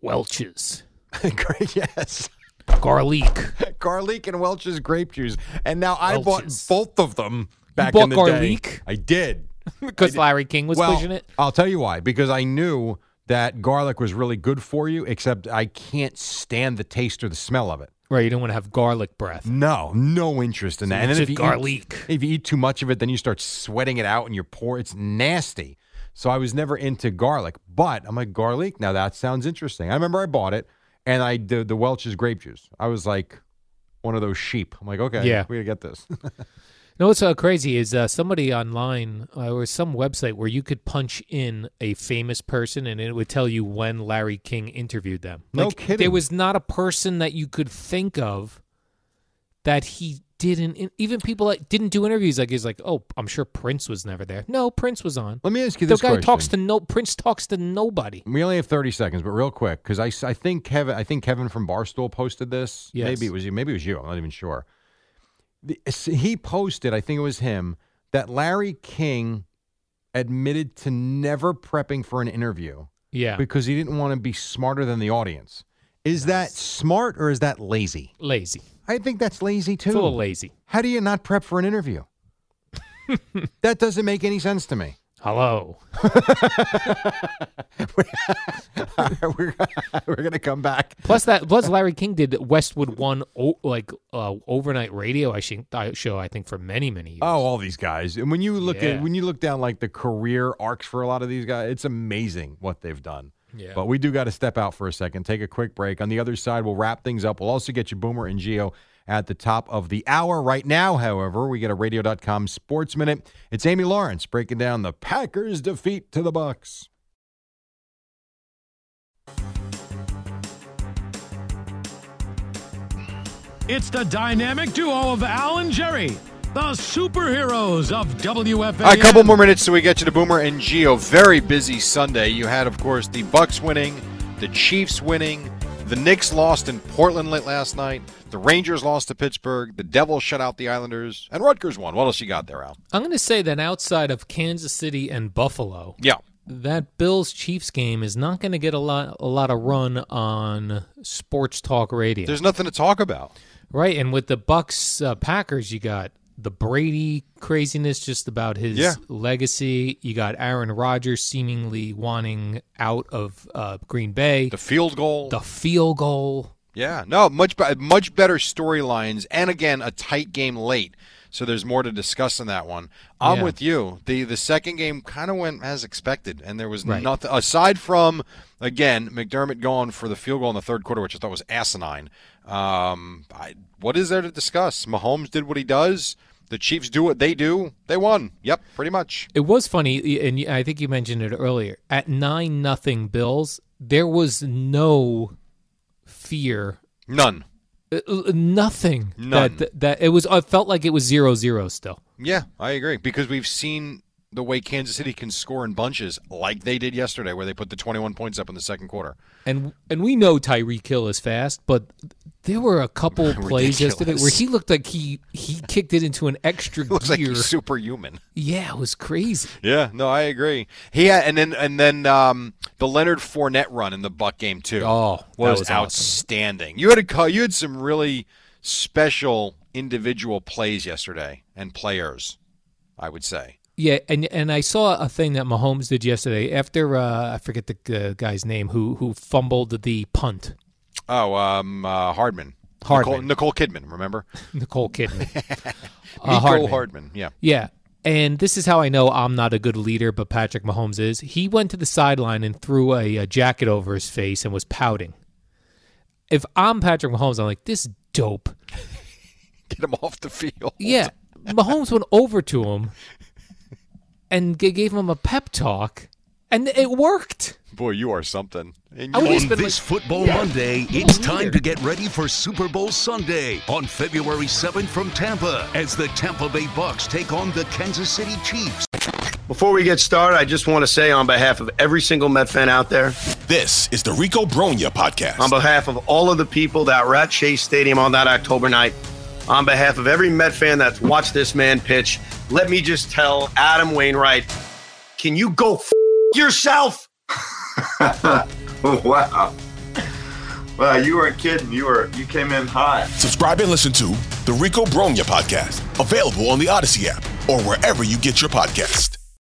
S2: Welch's.
S3: [LAUGHS] Great, yes. [LAUGHS]
S2: Garlic.
S3: garlic and Welch's grape juice. And now I bought both of them back
S2: bought
S3: in the day.
S2: garlic?
S3: I did.
S2: Because Larry King was
S3: well,
S2: pushing it.
S3: I'll tell you why. Because I knew that garlic was really good for you, except I can't stand the taste or the smell of it.
S2: Right, you don't want to have garlic breath.
S3: No, no interest in
S2: So
S3: that.
S2: it's
S3: and
S2: a
S3: if you
S2: garlic.
S3: Eat, if you eat too much of it, then you start sweating it out and you're poor. It's nasty. So I was never into garlic, but I'm like, garlic? Now that sounds interesting. I remember I bought it and I did the Welch's grape juice. I was like one of those sheep. I'm like, okay,
S2: Yeah.
S3: we gotta get this. [LAUGHS]
S2: You know what's so crazy is uh, somebody online uh, or some website where you could punch in a famous person and it would tell you when Larry King interviewed them.
S3: No
S2: Like,
S3: kidding.
S2: There was not a person that you could think of that he didn't. in- Even people that didn't do interviews, like he's like, oh, I'm sure Prince was never there. No, Prince was on.
S3: Let me ask you
S2: the
S3: this
S2: guy
S3: question.
S2: talks to no Prince talks to nobody.
S3: We only have 30 seconds, but real quick, because I, s- I think Kevin I think Kevin from Barstool posted this.
S2: Yes.
S3: Maybe it was you. Maybe it was you. I'm not even sure. The- s- He posted, I think it was him, that Larry King admitted to never prepping for an interview
S2: Yeah,
S3: because he didn't want to be smarter than the audience. Is that smart or is that lazy?
S2: lazy.
S3: I think that's lazy too.
S2: It's a little lazy.
S3: How do you not prep for an
S2: [LAUGHS]
S3: interview? that doesn't make any sense to me. [LAUGHS]
S2: Hello.
S3: All right, we're, [LAUGHS] we're going to come back.
S2: Plus that plus Larry King did Westwood One o- like uh, overnight radio I think I- show I think for many many years.
S3: Oh, all these guys. And when you look
S2: Yeah.
S3: at when you look down like the career arcs for a lot of these guys, it's amazing what they've done.
S2: Yeah.
S3: But we do got to step out for a second, take a quick break. On the other side, we'll wrap things up. We'll also get you Boomer and Geo at the top of the hour. Right now, however, we get a radio.com sports minute. It's Amy Lawrence breaking down the Packers defeat to the Bucks.
S9: It's the dynamic duo of Al and Jerry, the superheroes of WFAN.
S4: A couple more minutes till we get you to Boomer and Geo. Very busy Sunday. You had, of course, the Bucks winning, the Chiefs winning, the Knicks lost in Portland late last night, the Rangers lost to Pittsburgh, the Devils shut out the Islanders, and Rutgers won. What else you got there, Al?
S2: I'm going to say that outside of Kansas City and Buffalo,
S4: Yeah.
S2: that Bills Chiefs game is not going to get a lot a lot of run on sports talk radio.
S4: There's nothing to talk about.
S2: right, and with the Bucks uh, Packers, you got the Brady craziness just about his
S4: Yeah.
S2: legacy. You got Aaron Rodgers seemingly wanting out of uh, Green Bay.
S4: The field goal.
S2: The field goal.
S4: Yeah, no, much be- much better storylines, and again, a tight game late, so there's more to discuss in that one. I'm
S12: Yeah.
S4: with you. the The second game kind of went as expected, and there was
S12: Right.
S4: nothing aside from again McDermott going for the field goal in the third quarter, which I thought was asinine. Um, I, what is there to discuss? Mahomes did what he does. The Chiefs do what they do. They won. Yep, pretty much.
S2: It was funny, and I think you mentioned it earlier. At nine nothing Bills, there was no fear, uh,
S4: none,
S2: nothing.
S4: None.
S2: That, that it was. I felt like it was zero zero still.
S4: Yeah, I agree because we've seen the way Kansas City can score in bunches, like they did yesterday, where they put the 21 points up in the second quarter. [LAUGHS]
S2: And and we know Tyreek Hill is fast, but there were a
S4: [LAUGHS]
S2: couple plays yesterday where
S4: Ridiculous.
S2: he looked like he he kicked it into an
S4: [LAUGHS]
S2: extra
S4: Looks like
S2: gear.
S4: he's superhuman.
S2: yeah, it was crazy.
S4: Yeah, no, I agree. He had, and then and then um, the Leonard Fournette run in the Buck game too.
S2: Oh, that
S4: was,
S2: was awesome.
S4: outstanding. You had a cou- you had some really special individual plays yesterday and players, I would say.
S2: Yeah, and and I saw a thing that Mahomes did yesterday after uh, I forget the uh, guy's name who who fumbled the punt.
S4: Oh, um, uh, Hardman.
S2: Hardman.
S4: Nicole, Nicole Kidman, remember?
S2: Nicole Kidman. Uh,
S4: Nico Hardman, yeah.
S2: Yeah. And this is how I know I'm not a good leader, but Patrick Mahomes is. He went to the sideline and threw a, a jacket over his face and was pouting. If I'm Patrick Mahomes, I'm like, this dope.
S4: Get him off the field.
S2: Yeah. Mahomes went over to him and g- gave him a pep talk, and it worked.
S4: Boy, you are something. And
S2: I
S4: you-
S2: would just
S14: On
S2: been
S14: this
S2: like,
S14: Football
S2: yeah,
S14: Monday,
S2: you're
S14: it's
S2: a
S14: time
S2: leader.
S14: to get ready for Super Bowl Sunday on February 7th from Tampa as the Tampa Bay Bucks take on the Kansas City Chiefs.
S12: Before we get started, I just want to say on behalf of every single Met fan out there,
S3: this is the Rico Bronya podcast.
S12: On behalf of all of the people that were at Chase Stadium on that October night, on behalf of every Met fan that's watched this man pitch, let me just tell Adam Wainwright, can you go f- yourself?
S15: wow. Wow, you weren't kidding. You were you came in hot.
S3: Subscribe and listen to the Rico Bronya podcast, available on the Odyssey app or wherever you get your podcast.